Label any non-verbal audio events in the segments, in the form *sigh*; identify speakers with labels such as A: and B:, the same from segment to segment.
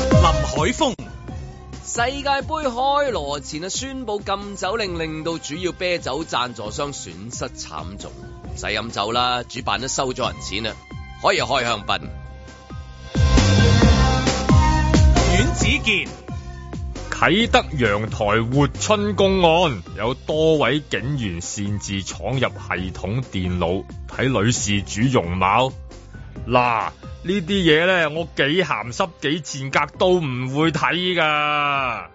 A: 海風。
B: 世界盃開鑼前啊，宣布禁酒令，令到主要啤酒贊助商損失慘重，唔使飲酒啦，主辦都收咗人錢啦，可以開香
C: *laughs*
B: 檳。
A: 阮子健，
D: 啟德陽台活春公案有多位警員擅自闖入系統電腦睇女事主容貌。嗱，呢啲嘢咧，我幾鹹濕幾賤格都唔會睇噶，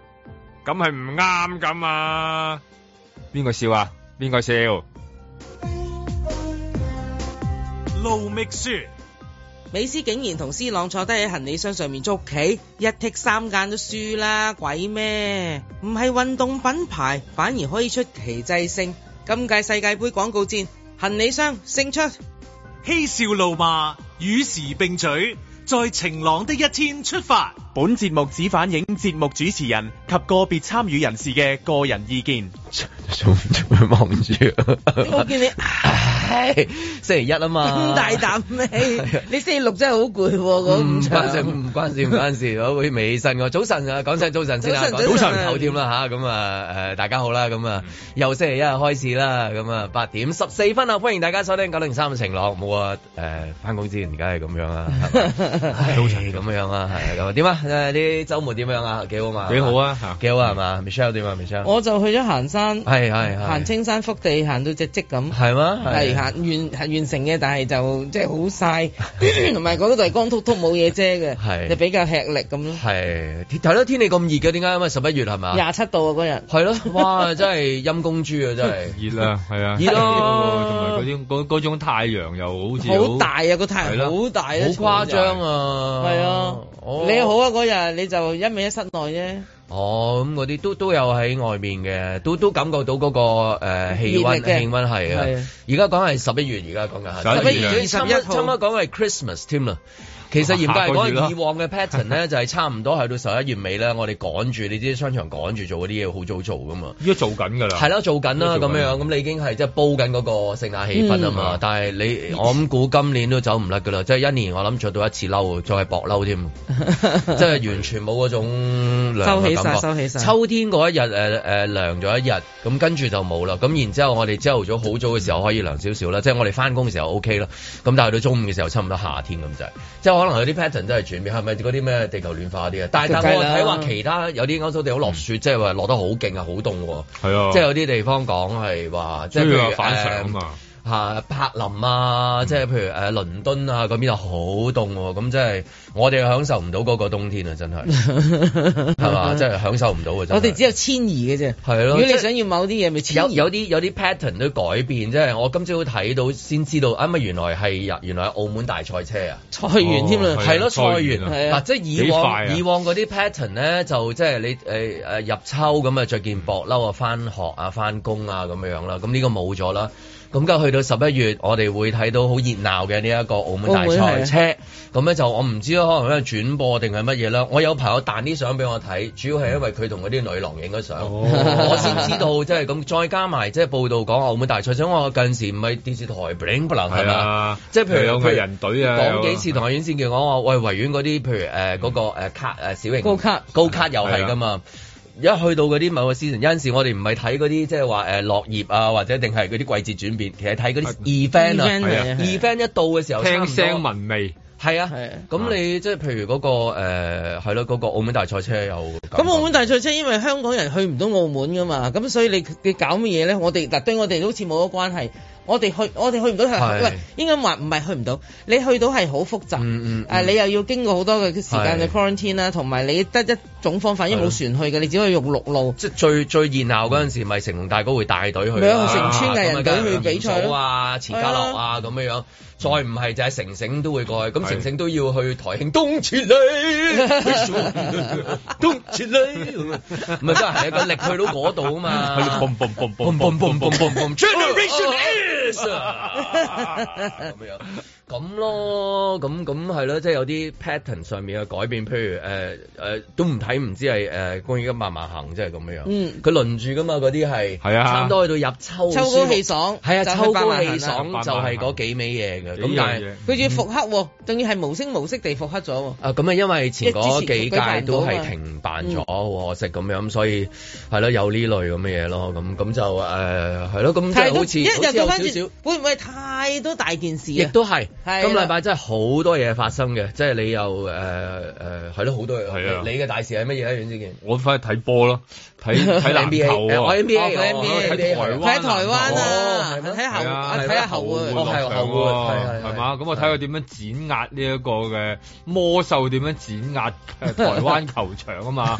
D: 咁係唔啱噶嘛？邊個笑啊？邊個笑？
A: 盧覓雪，
E: 美斯竟然同 C 朗坐低喺行李箱上面捉棋，一剔三間都輸啦，鬼咩？唔係運動品牌，反而可以出奇制勝。今屆世界盃廣告戰，行李箱勝出。
C: *laughs*
A: 嬉笑怒罵，與時並舉，在晴朗的一天出發。
F: 本節目只反映節目主持人及個別參與人士嘅個人意見。
C: *laughs* 做做咩望住？啊
E: 我見你
C: 唉哎星期一啊嘛，
E: 咁大啖
C: *laughs*
E: 氣，你星期六真係好攰喎，嗰
C: 嗯唔
E: 五
C: 關事，
E: 場。
C: 唔關事，唔關事，我會未起身㗎。早晨啊，講聲早晨先啦，
E: 早晨早晨
C: 九點啦吓，咁啊誒大家好啦，咁啊又星期一開始啦，咁啊八點十四分啊，歡迎大家收聽九零三嘅晴朗，冇啊誒翻工之前而家係咁樣啊，係咪唉
D: 早晨
C: 咁樣啊，係咁啊點啊誒啲週末點樣啊？幾好嘛？
D: 幾好啊嚇
C: 幾好啊係嘛？Michelle 點啊？Michelle
E: 我就去咗行山，
C: 係係係
E: 行青山福地，行到隻積咁。
C: 係嘛？
E: 係行完行完成嘅，但係就即係好
C: *laughs*
E: 晒，同埋嗰度係光禿禿冇嘢遮
C: 係
E: 嘅，就比較吃力咁咯。
C: 係天係咯，天氣咁熱嘅，點解？因為十一月係嘛？
E: 廿七度啊嗰日，
C: 係咯，哇！真係陰公豬啊，真係。
D: 熱啊，係啊，*laughs*
C: 熱
D: 同
C: 咯
D: 埋嗰種嗰嗰種太陽又好似
E: 好大啊個太
D: 係
E: 陽，
D: 咯
E: 好大啊，
C: 好誇張啊！
E: 係啊
C: 哦，
E: 你好啊嗰日你就一味喺室內
C: *laughs*
E: 啫，
C: 哦，咁嗰啲都都有喺外面嘅，都都感覺到嗰個誒氣温
E: 熱力嘅
C: 氣温
E: 係
C: 係啊
E: 啊！
C: 而家講係十一月，而家講緊係
D: 11月
C: 差唔多差唔多講係 Christmas 添啦。其實嚴格
D: 下
C: 嚟
D: 個月啦
C: 講，以往嘅 pattern 咧 *laughs* 就係差唔多去到十一月尾咧，我哋趕住你知商場趕住做嗰啲嘢，好早做噶嘛。
D: 依家做緊㗎啦，
C: 係啦，做緊啦
D: 都做緊
C: 咁樣，咁你已經係即係煲緊嗰個聖誕氣氛啊嘛。
D: 嗯
C: 但係你我諗估今年都走唔甩㗎啦，即係一年我諗着到一次褸，再係薄褸添， *laughs* 即
E: *laughs*
C: 係完全冇嗰種涼
E: 收起
C: 嘅
E: 晒
C: 感覺。
E: 收起晒 *laughs*
C: 秋天嗰一日誒誒涼咗一日，咁跟住就冇啦。咁然之後我哋朝頭早好早嘅時候可以涼少少啦，即係我哋翻工嘅時候 OK 啦。咁但係到中午嘅時候差唔多夏天咁滯，即係可能有啲 pattern 真係轉變，係咪嗰啲咩地球暖化嗰啲啊？但係但係我睇話其他有啲歐洲地好落雪，即係話落得好勁啊，好凍喎。
D: 係啊，
C: 即係有啲地方講係話，即
D: 所
C: 係
D: 以
C: 譬
D: 話
C: 如呃
D: 反常啊嘛。
C: 誒嚇柏林啊，
E: 嗯
C: 即係譬如誒倫敦啊嗰邊就好凍喎，咁即係我哋享受唔到嗰個冬天啊，真係
E: *laughs*
C: 係嘛，真係享受唔到啊！真係
E: 我哋只有遷移嘅啫。
C: 係
E: 如
C: 咯
E: 果
C: 即
E: 你
C: 係
E: 想要某啲嘢，咪遷
C: 有
E: 移。
C: 有啲有啲 pattern 都改變，即係我今朝睇到先知道，啊咪原來係原來係澳門大賽車啊！
E: 菜園添
D: 哦
E: 啦，
C: 係咯，
D: 菜
C: 菜
D: 園
C: 園
D: 啊
E: 係啊
C: 嗱，即係以
D: 幾快啊
C: 往以往嗰啲 pattern 咧，就即係你誒誒入秋咁啊，着件薄褸啊，翻學啊，翻工啊咁樣啦。咁呢個冇咗啦。咁梗係去到十一月，我哋會睇到好熱鬧嘅呢一個澳門大
E: 澳門係
C: 賽車。 *laughs* 咁咧就我唔知啊可能因為轉播定係乜嘢啦。我有朋友彈啲相俾我睇，主要係因為佢同嗰啲女郎影咗相，
D: 哦
C: 我先知道即係咁。再加埋即係報道講澳門大賽車，我近時唔係電視台 bling bling 係
D: 係
C: 嘛
D: 啊，
C: 即係譬如
D: 又有個人隊啊
C: 講幾次同阿院先叫我話，喂維園嗰啲譬如誒嗰個誒卡誒小型
E: 高卡
C: 高卡又係㗎
D: 啊
C: 嘛。一去到嗰啲某個 season，有陣時我哋唔係睇嗰啲即係話誒落葉啊，或者定係嗰啲季節轉變，其實睇嗰啲 event 啊
E: event 係啊係啊
C: ，event 一到嘅時候，差
D: 聽
C: 唔多
D: 聲聞 *laughs* 味，
C: 係啊
E: 係啊，
C: 咁你即係譬如嗰個誒係咯，嗰個澳門大賽車有
E: 咁澳門大賽車，因為香港人去唔到澳門噶嘛，咁所以
C: *laughs*
E: 你你搞乜嘢咧？我哋嗱對我哋好似冇乜關係，我哋去我哋去唔到
C: 係
E: 係喂，應該話唔係去唔到，你去到係好複雜，
C: 嗯嗯嗯
E: 啊你又要經過好多嘅時間
C: 係
E: 嘅 quarantine 啦，同埋你得一種方法，因為冇船去嘅，你只可以用陸路。
C: 即係最最熱鬧嗰陣時，咪成龍大哥會帶隊去啦，
E: 咪有成村藝人隊去
C: 咁啊
E: 比賽咯
C: 元祖啊、錢嘉樂啊咁樣樣，再唔係就係成成都會過去，咁
D: 係
C: 成成都要去台慶東撤
D: *laughs*
C: *laughs* 你，東撤你咁啊，咪真係個力去到嗰度啊嘛，
D: 係嘣嘣嘣嘣
C: 嘣
D: 嘣
C: 嘣
D: 嘣嘣
C: 嘣嘣
D: 嘣
C: 嘣
D: 嘣
C: 嘣，Generation X *laughs* 啊咁樣。咁咯，咁咁係咯，即係有啲 pattern 上面嘅改變，譬如誒誒、呃呃都唔睇唔知係呃誒公益金慢慢行，即係咁樣樣。
E: 嗯
C: 佢輪住噶嘛，嗰啲係
D: 係啊
C: 差唔多去到入秋，
E: 秋高氣爽
C: 係哦啊，
E: 就去
C: 秋
E: 百
C: 高
E: 萬
C: 氣
E: 行啊啦
C: 爽就係嗰幾味嘢嘅。咁但係。
E: 佢仲要復刻喎，仲要係無聲無息地復刻咗喎。
C: 啊，咁啊，因為前嗰幾屆都係停辦咗，
E: 嗯
C: 好可惜咁樣，所以係咯，有呢類咁嘅嘢咯，咁咁就誒係咯，咁即
E: 太
C: 係
E: 多
C: 好似
E: 一
C: 好似
E: 日
C: 有
E: 到
C: 少
E: 翻
C: 少
E: 轉，。會唔會太多大件事
C: 亦
E: 啊？
C: 都係，
E: 係啦
C: 今禮拜真係好多嘢發生嘅，即係你又誒誒係咯，好多嘢。
D: 係啊
C: 你你嘅大事係乜嘢咧？阮之健
D: 我翻去睇波咯，睇 *laughs* 睇籃
C: NBA 誒
D: 球
C: 呃我
D: 啊，
C: NBA
E: 哦佢
C: 我
E: NBA
C: 睇台
D: 佢
E: 睇
C: 灣
E: 下台灣啊
C: 哦係，咩
E: 睇下
D: 係啊
E: 後
D: 係
E: 睇
D: 咯
E: 下後會
C: 哦係
D: 落場
C: 後會係係
D: 喎
C: 係
D: 係嘛？咁我睇佢點樣剪壓呢一個嘅魔獸點樣剪壓誒台灣球場啊 *laughs* 嘛，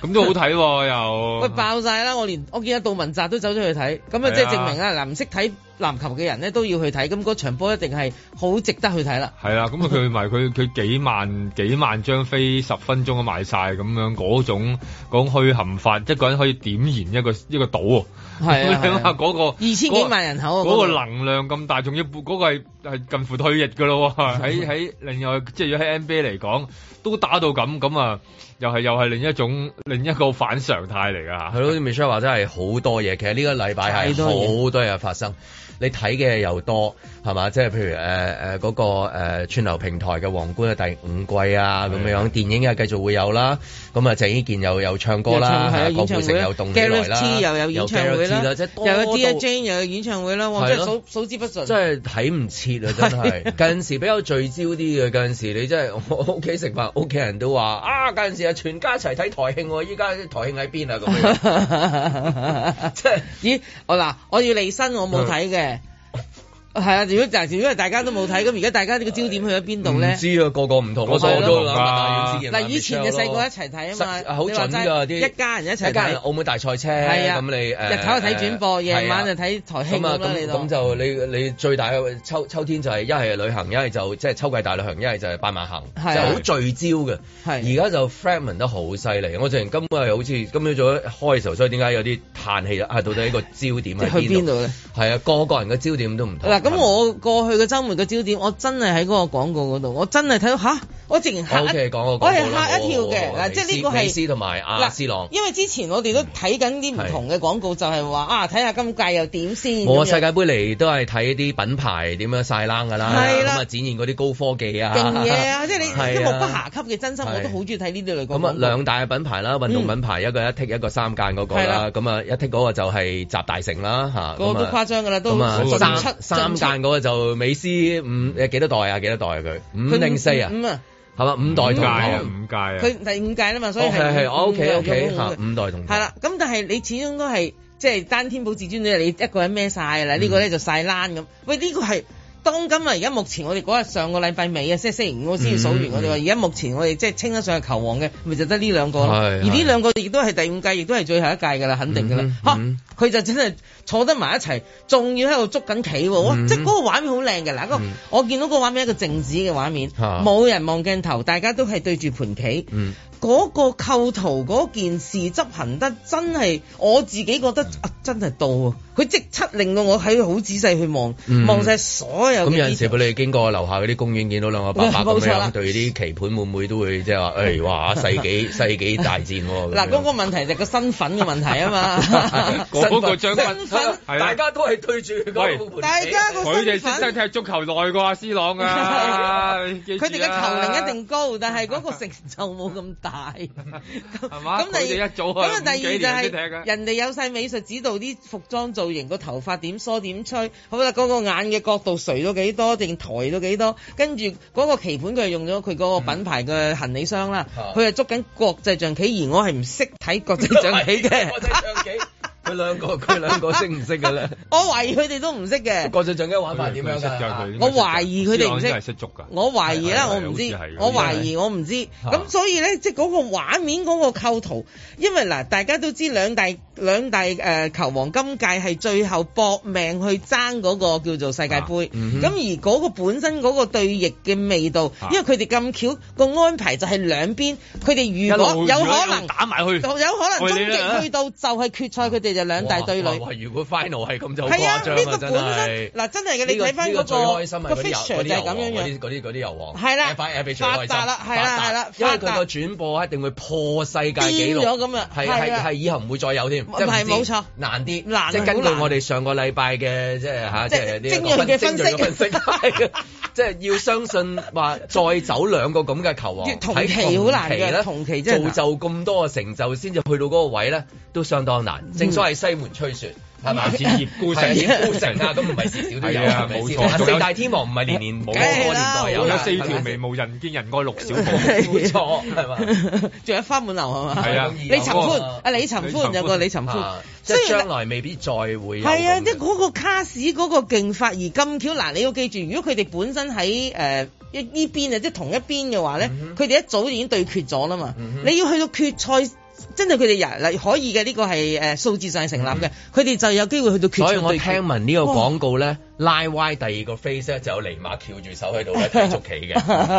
D: 咁都好睇喎又。
E: 喂爆晒啦！我連我見阿杜汶澤都走咗去睇，咁啊即係
D: 係啊
E: 證明啦，嗱唔識睇籃球嘅人咧都要去睇，咁嗰場波一定係好值得去睇
C: *laughs*
E: 啦。
D: 係啦，咁啊佢咪佢佢幾萬幾萬張飛十分鐘都賣晒咁樣嗰種講虛冚法，一個人可以點燃一個一個島喎。
E: 係啊
D: 你諗
E: 係
D: 下
E: 啊
D: 嗰個
E: 二千幾萬人口啊
D: 嗰個
E: 嗰個
D: 能量咁大，仲要嗰個係係近乎退役㗎咯喎。喺喺另外即係如果喺 NBA 嚟講，都打到咁咁啊，又係又係另一種另一個反常態嚟㗎嚇。
C: 係咯，Michelle 話真係好多嘢，其實呢個禮拜
E: 太
C: 係
E: 多嘢
C: 好多嘢發生。你睇嘅又多係嘛？即係譬如誒誒嗰個誒串流平台嘅《皇冠》嘅第五季啊，咁樣電影又繼續會有啦。咁啊，鄭伊健又有唱歌啦，係啊
E: 又
C: 郭
E: 唱
C: 富
E: 係
C: 城
E: 有
C: 又
E: 演唱
C: 動
E: 會
C: 起
E: 啦，Gareth T 又有演唱會
C: 來啦，Gareth T
E: 啦，
C: 即係多
E: 又有 d
C: 到
E: Jane 又有演唱會啦，哇！
C: 係
E: 真
C: 咯
E: 係數數之不盡。
C: 真係睇唔切啊！真係
E: *laughs* 係
C: 近時比較聚焦啲嘅，近時你真係我屋企食飯，屋企人都話啊，近時啊全家一齊睇台慶喎，依家台慶喺邊啊咁
E: *laughs*
C: 樣，即係嗯
E: 咦，我嗱，我要離身，我冇睇嘅。係啊，如果就如果大家都冇睇，咁而家大家呢個焦點去咗邊度
C: 唔
E: 咧？
C: 知啊，個個唔同，啊
D: 個個
C: 我都
D: 唔同㗎
C: 諗下
E: 嗱，以前就細個一齊睇啊嘛，
C: 實好
E: 你話
C: 準
E: 齋
C: 㗎啲
E: 一家人一齊
C: 一家人
E: 睇，
C: 澳門大賽車，
E: 係啊
C: 咁你誒
E: 日頭就睇轉播，
C: 誒
E: 夜晚就睇
C: 係啊
E: 台慶
C: 咁啊，
E: 咁啦，
C: 咁
E: 你
C: 咁
E: 當。
C: 就你你最大嘅秋秋天就係一係旅行，一係就即係秋季大旅行，一係就係百萬行，就
E: 係啊
C: 好聚焦嘅。而
E: 係
C: 家就 fragment 得好犀利。我之前今日好似今朝早一開嘅時候，所以點解有啲嘆氣啦？啊，到底呢個焦點喺
E: 即係 *laughs* 去邊
C: 邊度？
E: 度咧？
C: 係啊，個個人嘅焦點都唔同。
E: 嗱，咁我過去嘅週末嘅焦點，我真係喺嗰個廣告嗰度，我真係睇到吓，我直情嚇一，
C: OK 講個
E: 我係嚇一跳嘅嗱，即係呢個
C: 美
E: 係
C: 斯同埋阿斯啊朗。
E: 因為之前我哋都睇緊啲唔同嘅廣告，就係話啊，睇下今屆又點先。
C: 我
E: 咁樣
C: 啊世界盃嚟都係睇啲品牌點樣晒冷㗎啦，
E: 係
C: 咁
E: 啦
C: 啊展現嗰啲高科技啊，
E: 勁嘢啊！即係你
C: 係啊
E: 即係目不暇給嘅，真心
C: 係
E: 我都好中意睇呢啲類廣
C: *laughs* 咁
E: 告。
C: 啊，兩大嘅品牌啦，運動品牌一個一剔一個三間嗰個
E: 係
C: 啦
E: 啦，
C: 咁啊一剔嗰個就係集大成啦嚇，
E: 個個都
C: 咁啊
E: 誇張㗎啦，都
C: 咁啊
E: 進出
C: 三三間嗰個就美斯五誒幾多代啊幾多代啊佢五定四啊
E: 五啊，
C: 係嘛五代
D: 五
C: 同
D: 屆啊，
C: 堂
D: 五屆啊，，
E: 佢第五屆啦嘛，所以
C: 哦係係
E: 係
C: 哦，OK，
E: 五嘅
C: OK，嚇五代同堂
E: 係啦，咁但係你始終都係即係單天保至尊，你你一個人孭晒
C: 嗯
E: 啦，呢個咧就晒攣咁。喂，呢個係當今啊！而家目前我哋嗰日上個禮拜尾啊，即係星期五我先至數
C: 嗯
E: 完我哋話，而家目前我哋即係稱得上係球王嘅，咪就得呢兩個咯。
C: 係
E: 而呢兩個亦都係第五屆，亦都係最後一屆㗎啦，肯定㗎啦
C: 嗯。
E: 嚇
C: 嗯，
E: 佢就真係坐得埋一齊，仲要喺度捉緊棋喎！哇，
C: 嗯
E: 即係嗰個畫面好靚㗎嗱，嗰個
C: 嗯
E: 我見到個畫面係一個靜止嘅畫面，
C: 嚇
E: 冇人望鏡頭，大家都係對住盤棋。
C: 嗯
E: 嗰個構圖嗰件事執行得真係我自己覺得啊，真係到啊！佢即刻令到我喺好仔細去望
C: 嗯，
E: 望晒所有嘅
C: 咁
E: detail。
C: 有陣時俾你經過樓下嗰啲公園，見到兩個伯
E: *laughs*
C: 伯
E: 冇
C: 咁
E: 錯啦
C: 樣對啲棋盤，會唔會都會即
E: *laughs*
C: 係話誒哇世紀 *laughs* 世紀大戰喎？
E: 嗱，
C: 咁樣
E: 嗰個問題就係個身份嘅問題啊嘛
D: *laughs*
E: *laughs*
D: 嗰個將軍
E: 身份，
D: 係
C: 大
D: 啦，
C: 家都係對住嗰個
D: 喂
C: 盤棋
E: 大家個
D: 佢哋
E: 身
D: 識得
E: 份。
D: 踢足球耐過阿斯
E: *laughs*
D: 朗啊！佢
E: 佢哋嘅球齡一定高，但
D: *laughs*
E: 係嗰個成就冇咁大。咁
D: 係嘛
E: 咁第
D: 佢哋
E: 二
D: 一早
E: 咁啊，
D: 係
E: 第
D: 五幾年
E: 二
D: 先
E: 就
D: 踢
E: 係
D: 嘅
E: 人哋有晒美術指導啲服裝造型、個頭髮點梳點吹，好啦，嗰、個眼嘅角度垂到幾多定抬到幾多，跟住嗰個棋盤佢係用咗佢嗰個品牌嘅行李箱啦
C: 嗯，。
E: 佢係捉緊國際象棋，而我係唔識睇國際象棋嘅
C: 國際象棋，佢兩個佢兩個識唔識嘅咧？
E: *laughs* 我懷疑佢哋都唔識 *laughs* 嘅，
C: 國際象棋玩法點樣
D: 佢識㗎佢
C: 㗎？
E: 我懷疑佢哋
D: 斯朗
E: 唔
D: 真係識
E: 識
D: 捉㗎
E: 我懷疑啦，
D: 係係
E: 我唔知
D: 好似係，
E: 我懷疑我唔知。咁所以咧，即係嗰個畫面嗰個構圖，因為嗱，大家都知兩大兩大誒、呃球王今屆係最後搏命去爭嗰個叫做世界盃。咁、
C: 啊嗯哼
E: 而嗰個本身嗰個對弈嘅味道，
D: 啊
E: 因為佢哋咁巧個安排就係兩邊，佢哋
D: 一
E: 如
D: 路
E: 果有
D: 如果一
E: 可
D: 路
E: 能。
D: 打埋去，
E: 有可能終
D: 喂你啦
E: 極去到就係決賽，佢哋就就兩大對
C: 哇
E: 壘
C: 哇。哇如果 final 係咁就好誇
E: 係啊，
C: 張
E: 呢個
C: 真
E: 本身
C: 係。
E: 嗱真係嘅，
C: 呢
E: 你
C: 個
E: 睇翻
C: 呢
E: 嗰
C: 個
E: 個
C: 最開心係
E: 個
C: 嗰啲
E: fixture
C: 油
E: 就係咁樣
C: 嗰啲
E: 樣。
C: 嗰啲嗰啲油王，
E: 係啦
C: F1 F1 最開
E: 發
C: 心
E: 達啦係啦
C: 發達
E: 係啦
C: 因為
E: 發達
C: 佢個轉播一定會破世界紀
E: 癲
C: 錄，
E: 咗咁啊
C: 係
E: 係
C: 係
E: 啦
C: 係以後唔會再有添，
E: 唔
C: 即
E: 係
C: 唔知
E: 冇錯
C: 難啲，
E: 難
C: 即係根據
E: 好難
C: 我哋上個禮拜嘅即係嚇，
E: 即
C: 即
E: 係
C: 係呢
E: 精
C: 一
E: 鋭
C: 個
E: 嘅
C: 分
E: 分析
C: 精鋭嘅分析，係啊 *laughs* 即係要相信話再走兩個咁嘅球王，
E: 同
C: 喺
E: 期好難嘅
C: 期呢
E: 同期真係難
C: 造就咁多嘅成就，先至去到嗰個位咧，都相當難。
E: 嗯
C: 正所謂西門吹雪。係咪？
D: 嗯似葉孤城
C: 係葉孤城啊，咁唔係少少都有，
D: 係啊
C: 係咪
D: 冇
C: 先
D: 錯
C: 啊
D: 仲有
C: 四大天王唔係年年冇
D: 梗
C: 個
E: 係
C: 年
E: 啦
C: 代
D: 有
C: 有
E: 好
C: 啦
E: 啦
D: 咗四條
C: 係咪
D: 眉
C: 先
D: 毛，人見人愛六小步。
C: 冇錯，係嘛？
E: 仲有花滿樓係嘛？
D: 係啊
E: 李尋歡
C: 啊
E: 啊，李尋歡有個李尋歡
C: 啊，即
E: 雖
C: 係
E: 然
C: 將來未必再會有
E: 係啊，
C: 咁
E: 即係嗰個卡士嗰個勁法而咁巧嗱，你要記住，如果佢哋本身喺誒一呢邊啊，即係同一邊嘅話咧
C: 嗯，
E: 佢哋一早已經對決咗啦嘛
C: 嗯。哼
E: 你要去到決賽，真係佢哋人嗱可以嘅呢個係誒數字上係成立嘅，佢哋就有機會去到決
C: 嗯所以
E: 賽
C: 我
E: 對
C: 聽
E: 決。
C: 聞呢個廣告咧，拉歪第二個 face 咧就有尼馬翹住手喺 *laughs* 度咧睇捉棋嘅，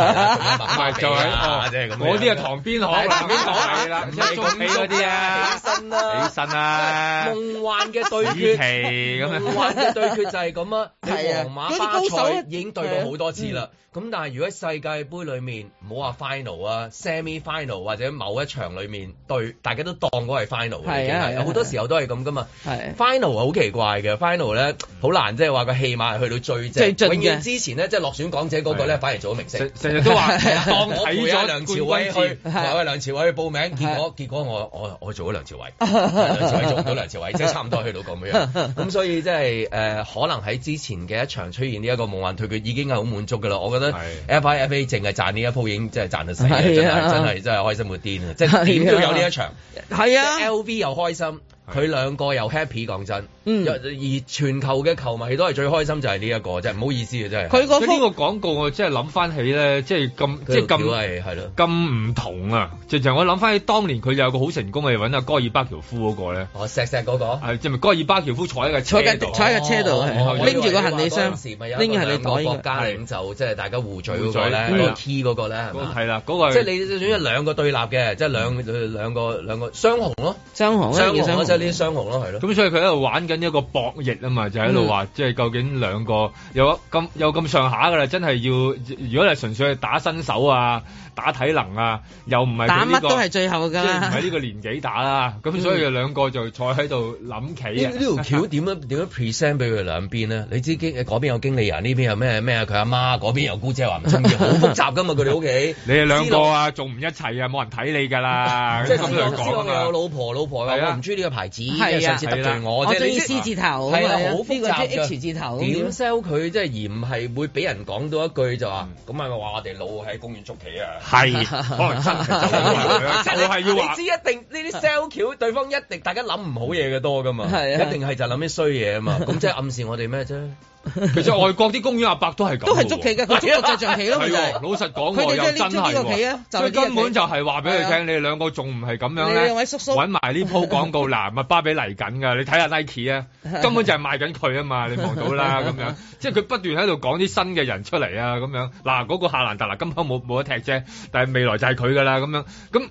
D: 唔
C: 係
D: 係就係哦
C: 即係咁樣。
D: 我啲係塘邊行，南邊行係啦，唔係中
C: 咁
D: 你嗰啲啊，
C: 起身啦，
D: 起身啦
C: 夢幻嘅對
D: 雨
C: 決
D: 期。咁
C: 夢
D: 樣。
C: 幻嘅對決就係咁啊！你
E: *laughs* 係啊嗯
C: 皇馬
E: 嗰啲
C: 巴
E: 高手
C: 塞
E: 咧
C: 已經對過好多次啦。咁但係如果世界盃裡面唔好話 final 啊、semi final 或者某一場裡面對，大家都當嗰係 final 嘅已經
E: 係啊係
C: 係
E: 啊
C: 好多時候都係咁噶嘛。
E: 係啊嗯
C: final 好奇怪嘅，final 咧好難，即係話個戲碼係去到最
E: 最
C: 正，
E: 盡嘅
C: 永遠之前咧即係落選港姐嗰個
D: 係
C: 咧
D: 啊
C: 反而做咗明星
D: 成。成
C: *laughs*
D: 日都 *laughs* 話當
C: 我
D: 睇
C: 陪阿梁朝
D: 咗冠軍
C: 偉去
D: 戰，，
E: 係
C: 我阿梁朝偉去報名，結果結果我我我做咗梁朝 *laughs* 偉，梁朝偉做唔到梁朝偉，即係差唔多去到咁樣。咁所以即係誒，呃可能喺之前嘅一場出現呢一個夢幻對決，已經係好滿足㗎啦。我覺得
D: 係
C: FIFA 淨係賺呢一鋪已經真係賺得死啦，真係
E: 係啊
C: 真係真係開心到癲啊！即係
E: 係啊
C: 點都有呢一場。
E: 係
C: 即係
E: 啊，
C: LV 又開心，佢兩個又 happy，講真，
E: 嗯
C: 而而全球嘅球迷都係最開心就係呢一個，真係唔好意思啊，真係。
E: 佢嗰
D: 即係呢個
E: 幅
D: 廣告，我真係諗翻起咧，即係咁，即
C: 即
D: 係
C: 係咁
D: 咁。
C: 係係咯，
D: 咁唔同啊！就就我諗翻起當年佢有個好成功嘅揾阿戈爾巴喬夫嗰個咧，
C: 我錫錫嗰個。
D: 係即係咪戈爾巴喬夫坐喺個
E: 坐
D: 車
E: 緊
D: 度啊
E: 坐，喺架車度
D: 然後
E: 係，
D: 就
E: 拎住個行李箱，
C: 拎
E: 拎住行李袋
C: 國
E: 應該。
C: 家領袖即係大家互嘴嗰
D: 互
C: 個
D: 嘴
C: 咧，
D: 嗯
C: 嗰個 key 嗰個咧係
D: 嗰個
C: 嘛？
D: 係啦，嗰個
C: 即係你總之兩個對立嘅，即係兩兩個兩個雙雄咯，
E: 張航
C: 雙
E: 咧
C: 雄
E: 叫
C: 咯，
E: 張
C: 即係呢啲雙雄咯，係咯。
D: 咁所以佢喺度玩緊一個博弈啊嘛，就喺度
C: 嗯
D: 話，即係究竟兩個有咁有咁上下㗎啦，真係要如果你係純粹係打新手啊、打體能啊，又唔係
E: 打
D: 佢呢
E: 乜
D: 個
E: 都係最後
D: 即係唔係
E: 㗎。
D: 呢個年紀打啦。咁所以
C: 嗯
D: 兩個就坐喺度諗棋
C: 呢
D: 啊
C: 呢。條橋點樣點樣 present 俾佢兩邊咧？你知經嗰邊有經理人，呢邊有咩咩佢阿媽，嗰邊有姑姐話唔中意，好複雜噶嘛佢哋屋企。
D: *laughs* 你哋兩個啊，仲唔一齊啊？冇人睇你㗎啦，
C: *laughs* 即係
D: 咁
C: 知
D: 樣
C: 道知
D: 講啊
C: 道有
D: 嘛。
C: 老婆，老婆話
D: 係啊
C: 我唔中意呢個牌子，
E: 係啊
C: 上次得罪我，
E: 我
C: 即係
E: 中
C: 你
E: 意
C: 知
E: C 字頭，
C: 係啊
E: 咁樣
C: 好複雜㗎
E: 呢個中意 H 字頭咁
C: 點
E: 樣
C: sell 佢即係而唔係會俾人講到一句就話，
E: 嗯
C: 咁係咪話我哋老喺公園捉
E: *laughs*
C: 棋啊？
D: 係， *laughs* 可能真係就係要話
C: 你知一定呢啲 sell 橋，對方一定大家諗唔好嘢嘅多噶嘛，
E: 係啊
C: 一定係就諗啲衰嘢啊嘛，咁即係暗示我
E: *laughs*
C: 哋咩啫？
D: 其實外國啲公園阿伯都係咁，
E: 都係捉棋嘅，佢捉個象象棋咯，咪
D: 係
E: 就
D: 喎
E: 係。
D: 老實講
E: 佢
D: 喎，
E: 哋
D: 又
E: 即係
D: 真
E: 拎咗呢個棋
D: 係
E: 啊
D: 喎，
E: 就係
D: 所以
E: 呢個棋啊
D: 根本就係話俾佢聽，你哋兩個仲唔係咁樣
E: 你兩
D: 咧？
E: 位叔叔
D: 揾埋呢鋪廣告嗱，麥巴比嚟緊㗎，你睇下 Nike 啊，
E: *laughs*
D: 根本就係賣緊佢啊嘛，你望到啦咁樣，即係佢不斷喺度講啲新嘅人出嚟啊咁樣，嗱嗰個夏蘭特嗱，今晚冇冇得踢啫，但係未來就係佢㗎啦咁樣，咁。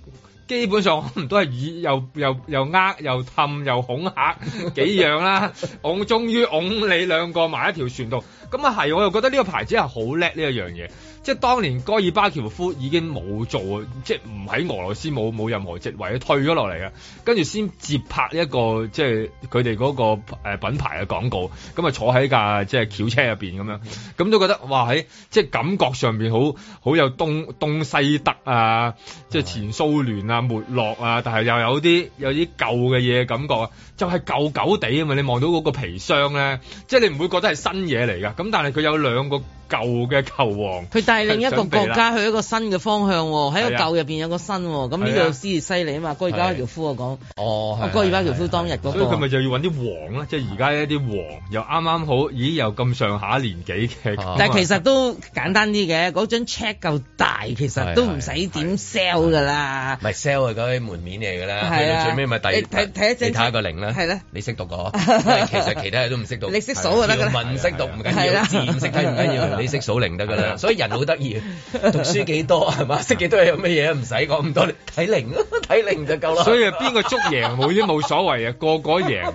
D: 基本上可能都係以又又又呃又氹又恐嚇 *laughs* 幾樣啦， *laughs* 我終於拱你兩個埋一條船度，咁啊係，我又覺得呢個牌子係好叻呢一樣嘢，即係當年戈爾巴喬夫已經冇做啊，即係唔喺俄羅斯冇冇任何席位，退咗落嚟啊，跟住先接拍一個即係佢哋嗰個呃品牌嘅廣告，咁啊坐喺架即係轎車入邊咁樣，咁都覺得哇喺即係感覺上邊好好有東東西德啊，即係前蘇聯啊沒落啊，但係又有啲有啲舊嘅嘢感覺啊，就係舊舊地啊嘛，你望到嗰個皮箱咧，即係你唔會覺得係新嘢嚟㗎，咁但係佢有兩個舊嘅球王。
E: 佢帶領一個
D: 準備
E: 國
D: 啦
E: 家去一個新嘅方向喎，喺個
D: 係啊
E: 舊入邊有個新喎，咁
D: 係
E: 呢
D: 啊
E: 度先至犀利啊嘛！戈爾巴喬夫我講，
C: 哦
E: 我戈爾巴喬夫當日
D: 所
E: 嗰
D: 以佢咪
E: 個，
D: 就要揾啲黃啦，即係而家一啲黃又啱啱好，咦又咁上下年紀嘅，咁啊
E: 但係其實都簡單啲嘅，嗰張 check 夠大，其
C: 係
E: 實都唔使點 sell 㗎啦
C: 唔。係 sell 係嗰啲門面嚟㗎啦，去
E: 係
C: 到
E: 啊
C: 最尾咪第
E: 你睇睇一隻
C: 你睇一個零啦，
E: 係啦
C: 你識
E: *laughs*
C: 讀個，因為其實其他嘢都唔識讀，
E: 你識數就得㗎啦
C: 條文識讀唔緊
E: 係
C: 要，
E: 啦
C: 字唔識睇唔緊
E: 係
C: 要，
E: 啦 *laughs*
C: 你識數零得㗎
D: 係
C: 啦。
D: 啦
C: 所以人好好得意。讀書幾多
E: *laughs*
C: 係嘛？識幾多嘢有咩嘢唔使講咁多，你睇零 *laughs* 咯，睇零就夠啦。
D: 所以邊個捉贏冇啲冇所謂啊，個個贏。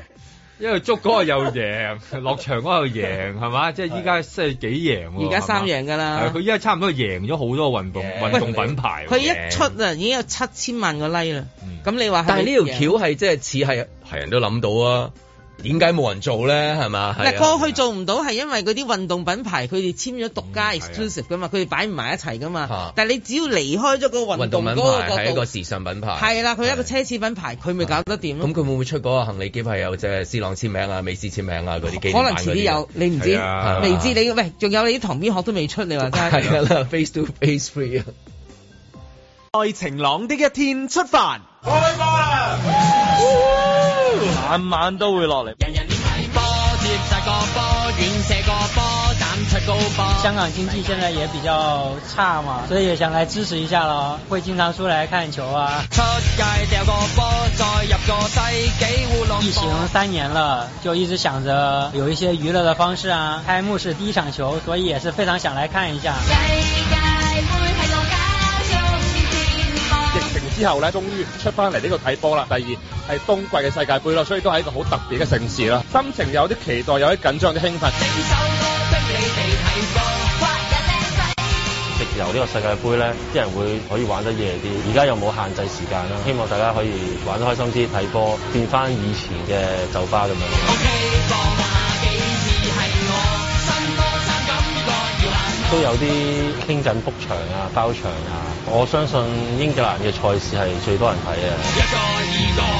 D: 因為捉嗰個又贏，落場嗰個又贏，係
E: *laughs*
D: 嘛？即係依家即係幾贏喎？
E: 而家三
D: 贏
E: 樣㗎啦
D: 係啊佢依家差唔多贏咗好多運動
C: 贏
D: 運動品牌喎。
E: 佢一出啊，已經有七千萬個 like 啦
D: 嗯。
E: 咁你話係咪啊
C: 但係呢
E: 贏
C: 條橋係即係似係係人都諗到啊，點解冇人做咧？係嘛？係
E: 嗱，
C: 啊
E: 過去做唔到係因為嗰啲運動品牌佢哋簽咗獨家
D: 嗯係啊
E: exclusive 噶嘛，佢哋擺唔埋一齊噶嘛
C: 嚇。
E: 但係你只要離開咗個運
C: 運
E: 動
C: 動
E: 嗰
C: 品
E: 個
C: 牌係一
E: 角
C: 個
E: 度，
C: 時尚品牌，
E: 係啊啦，佢一個奢侈品牌，佢咪搞得掂咯
C: 啊咁。佢會唔會出嗰個行李機係有隻斯朗簽名啊、美斯簽名啊嗰啲機？
E: 可能遲啲有，你唔知，
D: 係啊
E: 未知你喂，仲有你啲堂邊學都未出，你話
C: *laughs* 係啊
E: 齋。
C: 㗎啦，face to face free 啊！
F: 在晴朗的一天出發。晚晚都會落嚟。
G: 香港经济现在也比较差嘛，所以也想来支持一下咯，会经常出来看球啊。出界掉个波，再入个世纪疫情三年了，就一直想着有一些娱乐的方式啊。开幕式第一场球，所以也是非常想来看一下。
H: 世界盃喺度加速前
I: 疫情之後咧，終於出翻嚟呢度睇波啦。第二係冬季嘅世界盃咯，所以都係一個好特別嘅盛事啦。心情有啲期待，有啲緊張，有啲興奮。
J: 藉由呢個世界盃咧，啲人會可以玩得夜啲。而家又冇限制時間啦，希望大家可以玩得開心啲，睇波變翻以前嘅酒吧咁樣。都有啲傾緊 book 場啊、包場啊，我相信英格蘭嘅賽事係最多人睇嘅。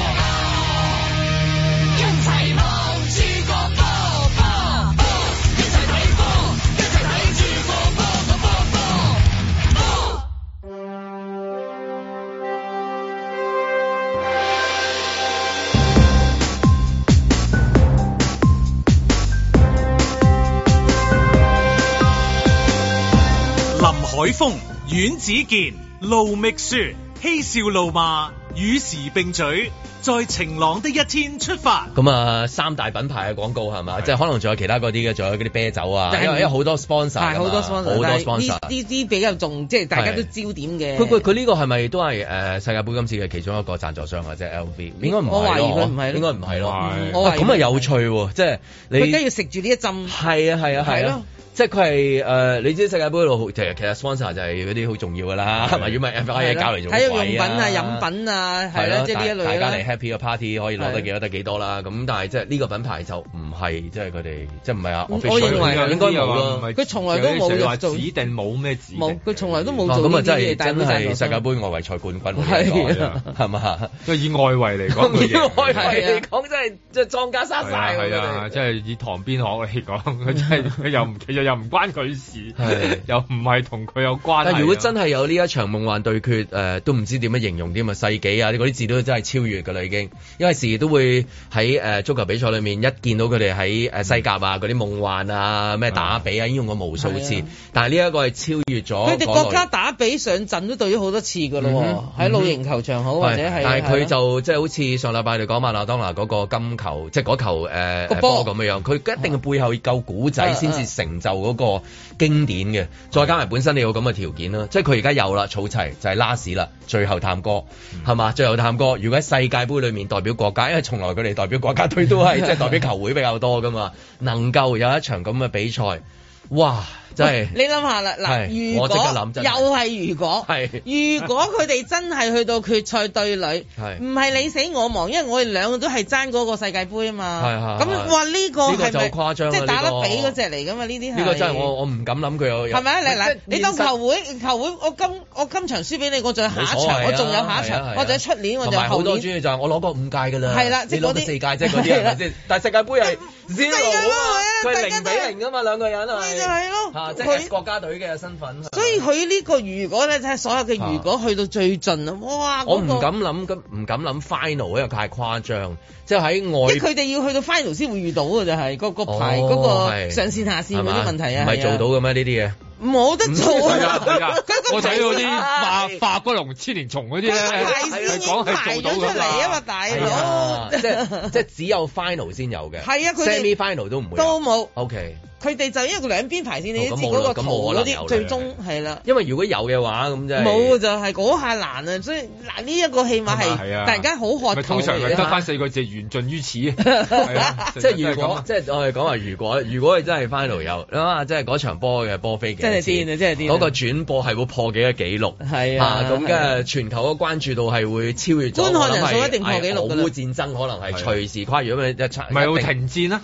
A: 林海峰、阮子健、路觅雪，嬉笑怒罵，與時並舉，在晴朗的一天出發。
C: 咁啊，三大品牌嘅廣告係嘛？即係可能仲有其他嗰啲嘅，仲有嗰啲啤酒啊，
E: 但係
C: 因為因為好多 sponsor，㗎
E: 係
C: 嘛
E: 好多
C: 好
E: sponsor，
C: 多
E: 但係呢
C: sponsor。
E: 呢啲比較重，即係大家都
C: 係
E: 焦點嘅。
C: 佢佢佢呢個係咪都係誒世界盃今次嘅其中一個贊助商啊？即係 LV，應該唔係咯
E: 我懷疑佢唔係咯
C: 應該唔係咯。
D: 唔係
E: 我懷疑
C: 咁啊有趣喎！即係你
E: 佢梗係要食住呢一浸。
C: 係啊係啊係
E: 係
C: 啊
E: 咯！
C: 即係佢係誒，你知世界盃度其實其實 sponsor 就係嗰啲好重要㗎啦，係咪？如果唔係 FIA 搞嚟做
E: 體育用
C: 鬼
E: 品啊、飲品啊，係啦，即係呢一
C: 大
E: 類
C: 大
E: 啦
C: 家。嚟 happy 嘅 party 可以攞得幾多得幾多啦。咁但係即係呢個品牌就唔係即係佢哋即係唔係啊
E: 嗯我
C: official
E: 認為
C: 嘅應該冇
D: 咯
C: 咯。，
E: 佢從來都冇
D: 有啲成日話
E: 做
D: 指定冇咩指定
E: 冇，佢從來都冇
C: 哦
E: 做
C: 咁啊，
E: 呢
C: 真
E: 啲嘢，
C: 係
E: 但
C: 真
E: 係
C: 係世界盃外圍賽冠軍
E: 係
C: 嚟
D: 啊
C: 講，係嘛？
D: 即係以外圍嚟
E: *laughs*
D: 講，佢
C: 以
D: 贏
C: 外
E: 圍
C: 圍嚟講，真係即係莊家
D: 係
C: 殺
D: 啊
C: 呃晒
D: 係啊，
C: 喎！
D: 即係以旁邊行嚟講，佢真係佢 *laughs* 又唔其實又唔關佢事
C: 嗯係，
D: 又唔係同佢有關係啊。
C: 但如果真係有呢一場夢幻對決，誒、都唔知點樣形容添啊！世紀啊，嗰啲字都真係超越㗎啦已經，因為時時都會喺誒、呃足球比賽裏面一見到佢哋喺誒西甲啊嗰啲夢幻啊咩打比啊，已經用過無數次
E: 係啊。
C: 但係呢一個係超越咗
E: 佢哋
C: 國內
E: 國家打比上陣都對咗好多次㗎
C: 嗯
E: 咯
C: 哼
E: 喎，喺露營球場好或者係。
C: 但係佢
E: 係咯
C: 就即係好似上禮拜你講馬拉當拿嗰個金球，即係嗰球呃誒
E: 個波
C: 波咁樣樣，佢一定背後夠古仔先至成就嗰個經典嘅，再加埋本身你有咁嘅條件
E: 嗯
C: 啦，即係佢而家有啦，儲齊就係拉屎啦，最後探戈
E: 嗯
C: 係嘛？最後探戈，如果喺世界盃裡面代表國家，因為從來佢哋代表國家隊都
E: *laughs*
C: 係即係代表球會比較多噶嘛，能夠有一場咁嘅比賽，哇！真係
E: 你諗下啦，
C: 係
E: 嗱，如
C: 我
E: 果
C: 即刻諗真係
E: 又係如果，
C: 係
E: 如果佢哋真係去到決賽對壘，
C: 係
E: 唔係你死我亡，因為我哋兩個都係爭嗰個世界盃啊嘛。
C: 係係係
E: 咁哇呢個
C: 呢個
E: 係
C: 就
E: 咪
C: 誇張啦啊
E: 即係打得
C: 呢個
E: 比嗰只嚟㗎嘛？呢啲係
C: 呢個真係我我唔敢諗佢有有
E: 係咪啊？嗱嗱，你當
C: 現實
E: 球會球會，我今我今場輸俾你，我仲有下一
C: 冇所謂啊
E: 場，我仲有下一
C: 係啊係啊
E: 場，我仲有出年，我
C: 同
E: 仲有
C: 埋好
E: 後
C: 多
E: 年。
C: 專業就係我攞過五屆㗎啦，
E: 係啦
C: 你
E: *laughs* 即係
C: 攞
E: 嗰啲
C: 過四屆啫，嗰啲係咪先？但係世界盃係 zero 啊嘛，
E: 世
C: 佢
E: 界盃係啊
C: 係零比零㗎嘛，兩個人
E: 咪
C: 係
E: 就係咯
C: 嚇即係
E: 佢
C: 國家隊嘅身份。
E: 所以佢呢個如果咧，睇下所有嘅如果去到最盡啊，哇！
C: 我
E: 嗰
C: 唔
E: 個
C: 敢諗咁，唔敢諗 final，因為太誇張，即係喺外
E: 即係佢哋要去到 final 先會遇到嘅就係個個牌
C: 哦
E: 嗰個
C: 係
E: 上線下線
C: 係
E: 嗰
C: 嘛
E: 啲問題啊，
C: 唔係
E: 係
C: 做
E: 啊
C: 到嘅咩呢啲嘢？
E: 冇得做
D: 係啊
E: 啊！
D: 係
E: *laughs*
D: 啊
E: 佢個
D: 我睇
C: *laughs*
D: 到啲化
E: 牌
D: 化骨龍、千年蟲嗰啲
E: 佢
D: 咧，
E: 個
C: 啊
E: 牌
D: 係
E: 先已經
D: 講
E: 排
D: 係做
E: 咗
D: 到
E: 出
D: 㗎
E: 嚟啊嘛，
D: 嘛。
E: 大
C: 係
E: 佬 *laughs*
C: 啊，即係即係只有 final 先有嘅，
E: 係啊佢哋
C: semi final 都唔會有
E: 都冇。
C: OK，
E: 佢哋就因為佢兩邊排線，你
C: 哦
E: 都
C: 咁
E: 知
C: 冇
E: 嗰
C: 啦
E: 個
C: 咁
E: 圖
C: 冇可
E: 嗰
C: 能
E: 啲
C: 有
E: 最
C: 啦
E: 終係啦。
C: 因為如果有嘅話，咁真係
E: 冇啊就係嗰下難啊，所以嗱呢一個戲碼係
D: 係啊
E: 突然間好渴
D: 咪
E: 求啊
D: 通常咪
E: 嚟
D: 得
E: 㗎嘛
D: 翻四個字，緣盡於此。
C: *laughs*
D: 係啊
C: 啊即係
D: 就
C: 如
D: 咁
C: 果
D: 啊，
C: 即係我哋講話，如果如果佢真係 final 有啊，即係嗰場波嘅波飛幾多
E: 真係
C: 次
E: 癲啊真係癲啊
C: 嗰個轉播係會破幾個紀錄，
E: 係啊
C: 咁
E: 係啊
C: 嘅全球嘅關注度係會超越咗。
E: 觀看人數
C: 我諗係
E: 一定破紀錄㗎啦
C: 俄烏戰爭可能係隨時跨越咁樣一場，
D: 唔係會
C: 一定
D: 停戰啦。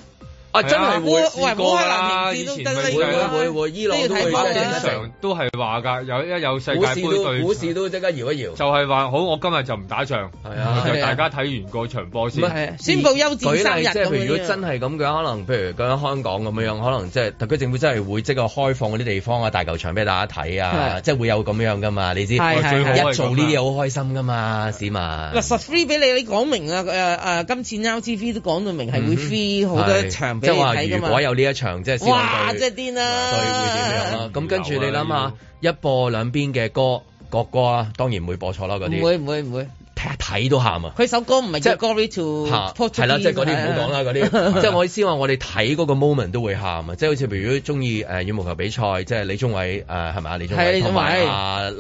C: 啊！真係會
E: 喂啊
C: 試過
E: 烏克蘭
C: 㗎啦，
E: 停
C: 以
E: 戰都
C: 前
E: 得啦
C: 咪
E: 而家
C: 會會會，伊朗都
E: 呢
C: 會
E: 個睇波
C: 停
D: 正
E: 啦
C: 一場
D: 常都係話㗎，有一有世界
C: 股市
D: 盃
C: 都
D: 對
C: 股市都即刻搖一搖。
D: 就係話好，我今日就唔打仗，
C: 係啊
D: 就大家睇完個場波
C: 唔
D: 先。
E: 係宣布休戰三日
C: 舉例即係
E: 咁
C: 譬如如果
E: 樣
C: 真係咁嘅，可能譬如講香港咁樣，可能即係特區政府真係會即刻開放嗰啲地方啊、大球場俾大家睇啊，
E: 係
C: 即係會有咁樣噶嘛？你知
E: 係係係
C: 一做呢啲嘢好開心噶嘛，市民。
E: 嗱實 free 俾你，你講明啊誒誒，今次 LTV 都講到明係會
C: 嗯
E: free 好多場俾你
C: 係即係話
E: 睇㗎
C: 如
E: 嘛。
C: 果有呢一場即係先
E: 哇！
C: 朗對
E: 真係癲啊啦，
C: 對會點樣啊啦？咁跟住你諗下，一播兩邊嘅歌國歌啊，當然唔會播錯啦嗰
E: 唔
C: 啲，
E: 會唔會唔會，
C: 睇睇都喊啊！
E: 佢首歌唔係叫
C: 即
E: Glory to
C: 嚇
E: Portuguese，啊
C: 係啦，即係嗰啲唔好講啦，嗰
E: *laughs*
C: 啲即係我意思話，我哋睇嗰個 moment 都會喊啊！即係好似譬如如果中意誒羽毛球比賽，即係李宗偉誒係咪啊？李宗
E: 係
C: 偉
E: 李
C: 同
E: 宗偉
C: 埋阿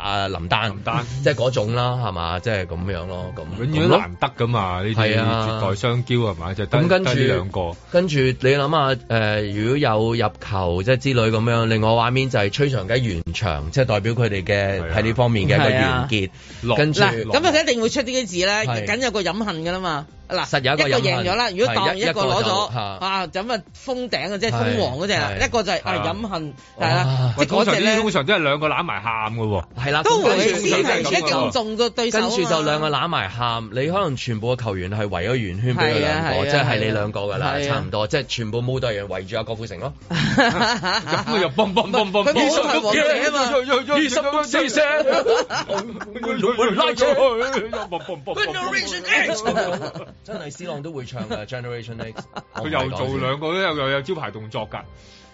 C: 阿林丹，林丹即係嗰種啦，係嘛？即係咁樣咯，咁
D: 永
C: 咁
D: 遠都
C: 咯
D: 難得㗎嘛，呢啲
C: 係啊
D: 絕代雙驕係嘛，就得
C: 咁跟住
D: 得呢兩個。
C: 跟住你諗下，誒、如果有入球即係之類咁樣，另外畫面就係吹場雞完場，即係代表佢哋嘅
D: 係啊
C: 喺呢方面嘅一個
E: 係啊
C: 完結
D: 落。
C: 跟住
E: 嗱，咁啊，佢一定會出呢啲字啦，
C: 係
E: 梗有個飲恨噶啦嘛。嗱，
C: 實有一個
E: 一個
C: 飲恨
E: 贏咗啦，如果當
C: 係一
E: 一個攞
C: 一個就
E: 咗
C: 嚇
E: 啊，咁啊封頂嘅即係封王嗰只啦，
C: 係
E: 一個就係啊
D: 係啊
E: 飲恨係
C: 哇
E: 啦，即
D: 喂
E: 係
D: 通
E: 嗰
D: 常
E: 只
D: 呢啲通
E: 咧
D: 常都係兩個攬埋喊㗎喎。
C: 係啦，
E: 都
C: 咁跟
E: 會
C: 住
E: 先係
D: 就
E: 而家敬重個對手啊
C: 跟
E: 嘛
C: 住
E: *laughs*
C: 就兩個攬埋喊，你可能全部嘅球員係圍咗圓圈俾佢兩
E: 係啊
C: 個，
E: 係啊
C: 即係係你兩個㗎啦，
E: 係啊
C: 差唔多，即係全部冇隊人圍住阿郭
E: *laughs*
C: 富城咯。
D: 咁啊又嘣嘣嘣嘣，
E: 佢冇上皇帝啊嘛
D: 二十公四聲，拉咗去，嘣嘣嘣
E: Generation X
C: 真係 C 朗都會唱嘅 Generation X，
D: *laughs* 佢又做兩個都有又有招牌動作㗎，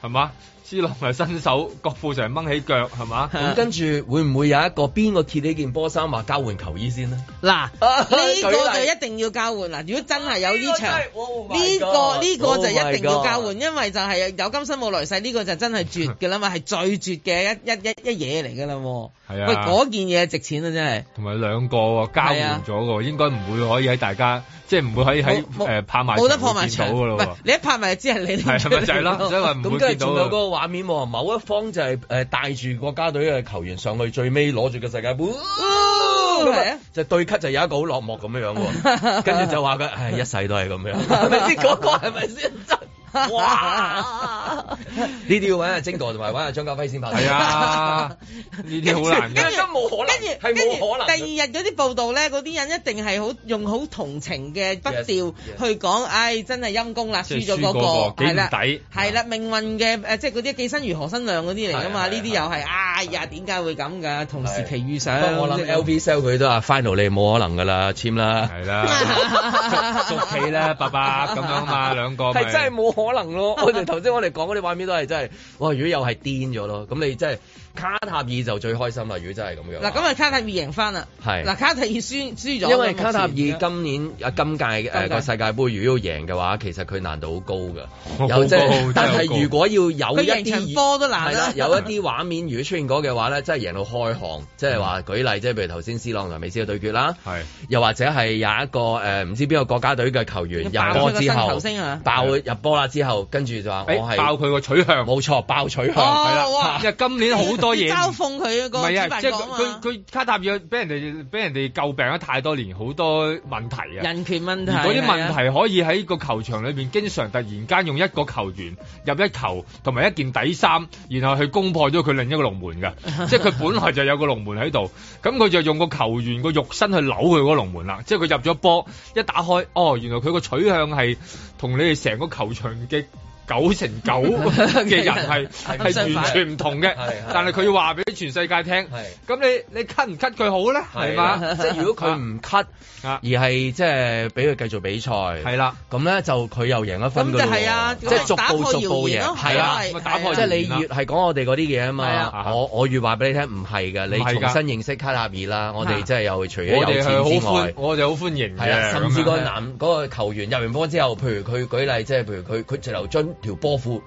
D: 係嘛？斯朗係新手，郭富城掹起腳係嘛？
C: 咁跟住會唔會有一個邊個揭呢件波衫話交換球衣先呢？
E: 嗱，呢個
C: 舉
E: 就
C: 例
E: 一定要交換啦。如果真係有呢場，
C: 呢個真係
E: 呢
C: Oh my
E: 個
C: God
E: 呢個就一定要交
C: Oh my
E: 換，
C: God
E: 因為就係有今生冇來世，呢個就真係絕嘅啦嘛，係最絕嘅一一一一嘢嚟㗎啦喎。
D: 係啊
E: 喂，嗰件嘢值錢啊，真係。
D: 同埋兩個喎交換咗喎，應該唔會可以喺大家，即係唔會可以喺
E: 冇
D: 誒拍賣
E: 冇得破埋
D: 場
E: 牆，
D: 會見到
E: 唔
D: 㗎
E: 係
D: 咯
E: 你一拍埋就知係你
D: 喎。係咪就係啦？因為唔
C: *laughs* 咁
D: 會
C: 跟
D: 見
C: 住
D: 到啊
C: 仲有嗰個
D: 㗎。
C: 畫面喎，某一方就係誒帶住國家隊嘅球員上去，最尾攞住個
D: *laughs*
C: 世界盃，
E: 哦係啊
C: 就對咳就有一個好落寞咁樣樣
D: *laughs*
C: 喎，跟住就話佢唉一世都係咁樣，係咪先？嗰個係咪先？真
D: *laughs*
C: 哇！呢啲要揾阿晶哥同埋揾阿張家輝先拍。
D: 係，
C: *laughs*
D: 啊，呢啲好難
C: 跟
D: 㗎
C: 住。冇可能，
E: 跟住
C: 係
E: 跟住
C: 冇可能嘅。
E: 第二日嗰啲報道咧，嗰啲人一定係好用好同情嘅筆
C: Yes,
E: 調
C: yes.
E: 去講，唉，真係陰公啦，
D: 即係
E: 輸
D: 輸
E: 咗
D: 嗰
E: 嗰
D: 個幾
E: 個，
D: 唔
E: 係啦
D: 抵，
E: 係啦，命運嘅誒，即係嗰啲寄生如何生亮嗰啲嚟噶
C: 係啊
E: 嘛，呢啲
C: 係啊
E: 又係，哎呀，點解會咁㗎？同時期遇上，
C: 不過我諗 LV sell 佢都話 final 你冇可能㗎啦，簽啦。
D: 係啦， *laughs* 捉棋啦，伯伯咁樣嘛，兩
E: 哦
D: 個咪
C: 係真係冇可能
E: *laughs*
C: 咯！我哋頭先我哋講嗰啲畫面都係真係，哇！如果又係癲咗咯，咁你真係卡塔爾就最開心啦！如果真係咁樣，
E: 嗱咁啊，卡塔爾贏翻啦，
C: 係
E: 嗱卡塔爾輸輸咗，
C: 因
E: 咁目
C: 為
E: 前啊
C: 卡塔爾今年啊今屆誒
E: 今屆
C: 個世界盃，如果要贏嘅話，其實佢難度好
E: *laughs*
C: 高㗎。
D: 好
C: 有
D: 高
C: 即
D: 真係
C: 係
D: 好，
C: 但係
D: 高
C: 如果要有一
E: 佢贏場
C: 啲
E: 波都啊難
C: 係
E: 啦
C: 啦，有一啲畫面如果出現過嘅話咧，真係贏到開行，即係
E: 嗯
C: 話舉例，即係譬如頭先 C 朗同美斯嘅對決啦，
D: 係
C: 又或者係有啊一個誒唔知邊個國家隊嘅球員入
E: 爆
C: 波
E: 出個
C: 之
E: 新
C: 後
E: 球，星啊！
C: 爆入波啦之後，跟住就話我
D: 誒爆
C: 係哦
D: 佢個取向，
C: 冇錯爆取向，
D: 係
E: 哦，
D: 啦，
E: 哇
D: 因！為今年好多
E: *laughs*
D: 嘢
E: 嘲
D: 唔
E: 諷佢嗰個
D: 係
E: 主
D: 啊，
E: 辦
D: 即係
E: 國啊
D: 佢佢
E: 嘛，
D: 佢卡塔爾俾人哋俾人哋詬病咗太多年，好多問題啊。
E: 人權問題，
D: 如果啲問
E: 係啊
D: 題可以喺個球場裏邊經常突然間用一個球員入一球同埋一件底衫，然後去攻破咗佢另一個龍門㗎，即係佢本來就有個龍門喺度，咁佢就用個球員個肉身去扭佢嗰個龍門啦，即係佢入咗波一打開，哦，原來佢個取向係同你哋成個球場嘅。九成九嘅人係
C: 係
D: 係完全唔同嘅
C: 係係，
D: 但係佢要話俾全世界聽，
C: 係
D: 咁你你 cut 唔 cut 佢好咧？係嘛？
C: *laughs* 即係如果佢唔 cut，
D: 啊
C: 而係即係俾佢繼續比賽，
D: 係啦，
C: 咁咧就佢又贏一分
E: 咁就
C: 㗎咯
E: 係啊，
C: 喎即係逐
E: 打破
C: 步逐
E: 謠
C: 步贏，
E: 言咯
C: 係啊。
E: 係
D: 咪打破
C: 即係
D: 謠言
C: 你越係講我哋嗰啲嘢啊
E: 係啊
C: 嘛，我我越話俾你聽唔係㗎，你
D: 唔係㗎
C: 重新認識卡塔爾啦，我哋真係有除咗
D: 我哋
C: 有
D: 係
C: 錢之
D: 好歡
C: 外，。
D: 我哋好歡迎
C: 係啊，
D: 嘅，
C: 甚至
D: 咁樣
C: 個男嗰個球員入完波之後，譬如佢舉例，即係譬如佢佢直頭將條波褲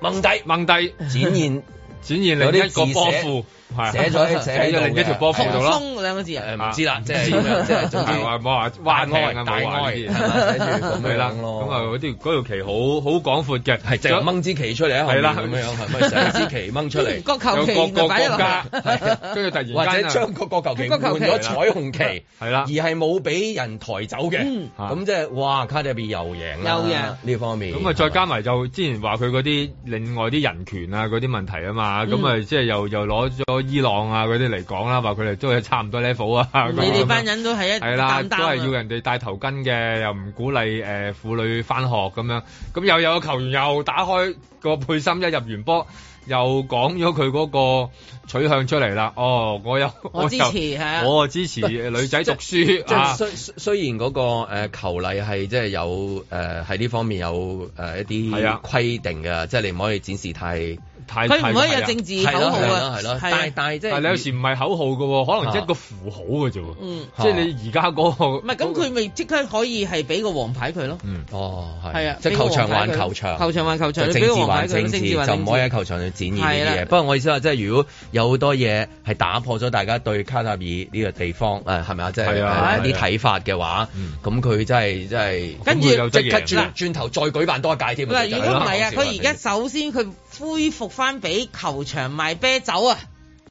C: 掹低
D: 掹低，
C: 展現
D: 展現另一個波
C: 有啲
D: 褲，係
C: 寫咗喺
D: 寫咗另一條波褲度啦。
E: 風兩個字啊，
C: 誒唔知啦，即係咁 *laughs* 樣即係總
D: *laughs*
C: 之
D: 係話冇話蛙艇啊，
C: 大
D: 冇話呢
C: 愛
D: 啲
C: 係嘛，寫住咁
D: 係啦，
C: 樣
D: 咁
C: 咯。
D: 啊嗰條嗰條旗好好廣闊嘅，
C: 係就掹支旗出嚟喺後面
D: 係啦
C: 咁樣係咪成支旗
E: *laughs*
C: 掹出嚟？
E: 個球
D: 有
E: 旗
D: 各
E: 就
D: 個
E: 擺咗
D: 國
E: 落
D: 家
E: 去，，
C: *laughs*
D: 跟 *laughs* 住突
C: 或
D: 然
C: 者
D: 間啊
C: 將個國球旗
E: 個
C: 換
E: 國球旗
C: 咗彩虹旗，
D: 係啦
C: 而係冇俾人抬走嘅
E: 嗯，
C: 咁即係哇，卡特比又贏啦，
E: 又贏
C: 呢方面，
D: 咁啊，再加埋就之前話佢嗰啲另外啲人權啊嗰啲問題啊嘛，
C: 嗯
D: 咁啊即係又又攞咗伊朗啊嗰啲嚟講啦，話佢哋都係差唔多 level 啊。咁
E: 你哋
D: 樣
E: 班人都係一
D: 係啦，
E: 擔
D: 都
E: 擔
D: 係要
E: 啊
D: 人哋戴頭巾嘅，又唔鼓勵誒、呃婦女翻學咁樣。咁又有個球員又打開個背心，一入完波又講咗佢嗰個取向出嚟啦。哦，我有
E: 我支持
D: 有
E: 係
D: *laughs*
E: 啊
D: 我支持女仔讀
C: 即
D: 書
C: 係
D: 啊。
C: 雖雖雖然嗰個誒球例係即係有誒喺呢方面有呃誒一
D: 係
C: 啲
D: 啊
C: 規定嘅，即係你唔可以展示太
D: 太
E: 佢唔可以
D: 太
E: 有政治
C: 係
E: 口
C: 咯
E: 號
C: 係咯
E: 啊，
C: 係咯，
E: 係
C: 但係
E: 啊，
C: 但係即
D: 但
C: 係
D: 你有時唔係口號嘅喎，可能一個符號嘅啫喎。
E: 嗯，
D: 即係你而家嗰個
E: 唔係咁佢咪即刻可以係俾個黃牌佢咯，
D: 嗯
C: 哦係
E: 係啊，
C: 即係
E: 俾個
C: 球場
E: 黃牌
C: 還
E: 佢
C: 球場，
E: 球場還球場，
C: 就
E: 你俾
C: 政
E: 個
C: 治
E: 黃牌佢
C: 還
E: 咯
C: 政
E: 政
C: 治，
E: 治還
C: 就唔可以喺
E: 政治
C: 球場度展現呢
E: 係
C: 啲嘢。
E: 啦
C: 不過我意思話，即係如果有好多嘢係打破咗大家對卡塔爾呢個地方誒係咪啊，即係
D: 係啊
C: 誒啲睇法嘅話
D: 嗯，
C: 咁佢真係真係
E: 跟住
D: 咁佢有得
C: 即刻
D: 贏
C: 轉轉頭再舉辦多一屆添。
E: 嗱，如果唔係啊，
C: 講笑
E: 佢而家首先佢恢復翻俾球場賣啤酒啊，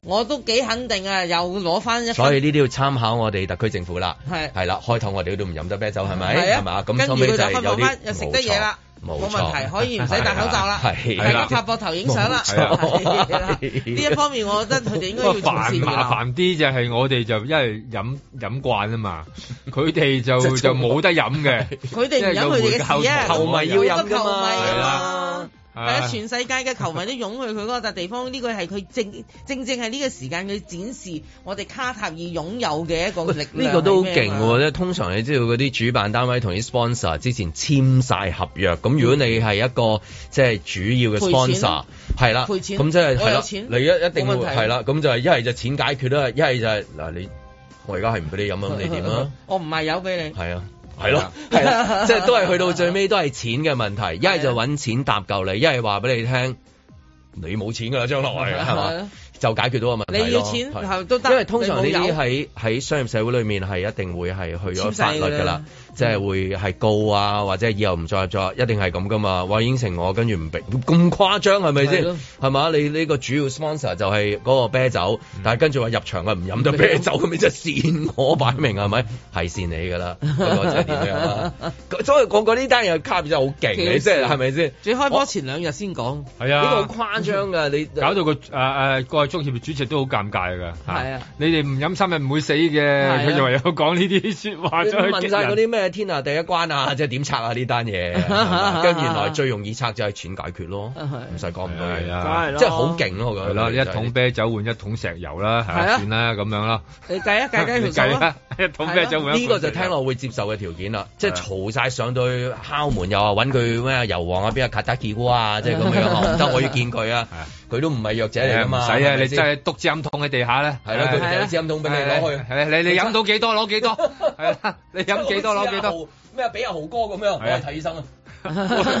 E: 我都幾肯定啊，又攞翻一
C: 所以
E: 分。
C: 呢啲要參考我哋特區政府啦，
E: 係
C: 係啦，開頭我哋都唔飲得啤酒係咪？
E: 係啊
C: 係嘛，咁
E: 跟
C: 收
E: 住
C: 尾
E: 佢
C: 就
E: 就
C: 係
E: 開
C: 有
E: 放
C: 啲
E: 翻，又食得嘢啦，
C: 冇
E: 冇
C: 錯
E: 問題，可以唔使戴口罩
C: *laughs*
E: 啦，
C: 係
E: 大
C: 啦
E: 家拍膊頭影相啦，
C: 冇
D: 錯
E: 係啦 *laughs*
C: 係
E: 呢一方面我覺得佢哋應該要
D: 不過
E: 從善
D: 煩
E: 如
D: 麻
C: *laughs*
E: 流。
D: 煩啲就係我哋就因為飲飲慣啊嘛，佢哋
E: *laughs*
D: 就
C: 即係
D: 就冇得飲嘅。
E: 佢哋唔飲佢哋嘅事啊，
D: 球迷
C: 要
E: 好
C: 飲㗎嘛
E: 多球迷
D: 係
E: 啊嘛。係
D: 啊
E: 啊，全世界嘅球迷都湧去佢嗰笪地方，呢個係佢正正正係呢個時間佢展示我哋卡塔爾擁有嘅一個力量。啊
C: 呢個都好勁喎！即係通常你知道嗰啲主辦單位同啲 sponsor 之前簽晒合約，咁如果你係一個即係主要嘅
E: 賠錢
C: sponsor，
E: 咯
C: 係啦，
E: 賠錢
C: 咁即係
E: 我
C: 係
E: 有
C: 啦，
E: 錢
C: 你一一定會
E: 冇問題
C: 係啦，咁就係一係就錢解決啦，一係就係嗱你我而家係唔俾你飲啊，咁你點
E: *laughs*
C: 啊？？
E: 我唔賣油俾你。
C: 係啊。係咯，
E: *laughs*
C: 係啦，即係都係去到最尾都係錢嘅問
E: 啊
C: 題，一係就揾錢搭救你，一係話俾你聽，你冇錢㗎啦，將來
E: *laughs*
C: 係嘛，就解決到個問題咯
E: 啊你要錢
C: 係
E: 係都得
C: 因為通常呢
E: 你冇
C: 啲
E: 有
C: 喺喺商業社會裏面係一定會係去咗法律㗎啦嗯
E: 簽，
C: 即係會係告啊，或者以後唔再合作，一定係咁㗎嘛。話應承我，跟住唔俾，咁誇張係咪
E: 係
C: 先
E: 咯？
C: 係嘛？你呢個主要 sponsor 就係嗰個啤酒，但係跟住話入場啊唔飲得啤酒，咁你真係跣我擺明係 *laughs* 咪？係跣你㗎啦，不過就係點樣 *laughs* 啦。所以講過呢單嘢卡片真係好勁，你即係係咪先？
E: 最開波前兩日先講，
D: 係
C: 啊呢個
D: 啊
C: 好。誇張㗎，你
D: 搞到個誒誒個足協主席都好尷尬㗎，
E: 係啊！
D: 你哋唔飲三日唔會死嘅，
E: 啊
D: 佢就唯有講呢啲説話
C: 你
D: 出去
C: 問
D: 激
C: 晒嗰
D: 人。
C: 啲咩天下第一關啊，即係點拆啊呢單嘢，係嘛跟住原來最容易拆就係錢解決咯，唔使講咁多
D: 係
C: 嘢，
D: 啊，
G: 係咯
C: 即係好勁咯，我覺
D: 係
C: 得
D: 啦，
C: 真
D: 一
C: 係
D: 桶啤酒換一桶石油啦，係
E: 係
D: 啊
E: 啊
D: 算啦咁樣啦，
E: 你計一計
C: *laughs*
E: 計
D: 你
E: 一條數
D: *laughs*
E: 啊
D: 啦，一桶啤酒換一桶石油啊
C: 呢個就聽落會接受嘅條件啦，即係嘈晒上到去敲門又話揾佢咩油王啊，邊啊卡達基古 *laughs* 啊，即係咁樣啊，唔得我要見
D: *laughs*
C: 佢啊，佢都唔係弱者嚟
D: 誒
C: 噶
D: 唔
C: 嘛，
D: 使啊，你真
C: 係
D: 係篤支飲筒喺地下咧，
C: 係啦，
E: 係
C: 佢
E: 啊
C: 掉支飲筒俾你攞去，
D: 係你你飲到幾多攞
C: *laughs*
D: 幾多，係啦，你飲幾多攞幾 *laughs* 多。？
C: 咩俾阿豪哥咁樣，我
D: 係啊
C: 係睇醫生啊。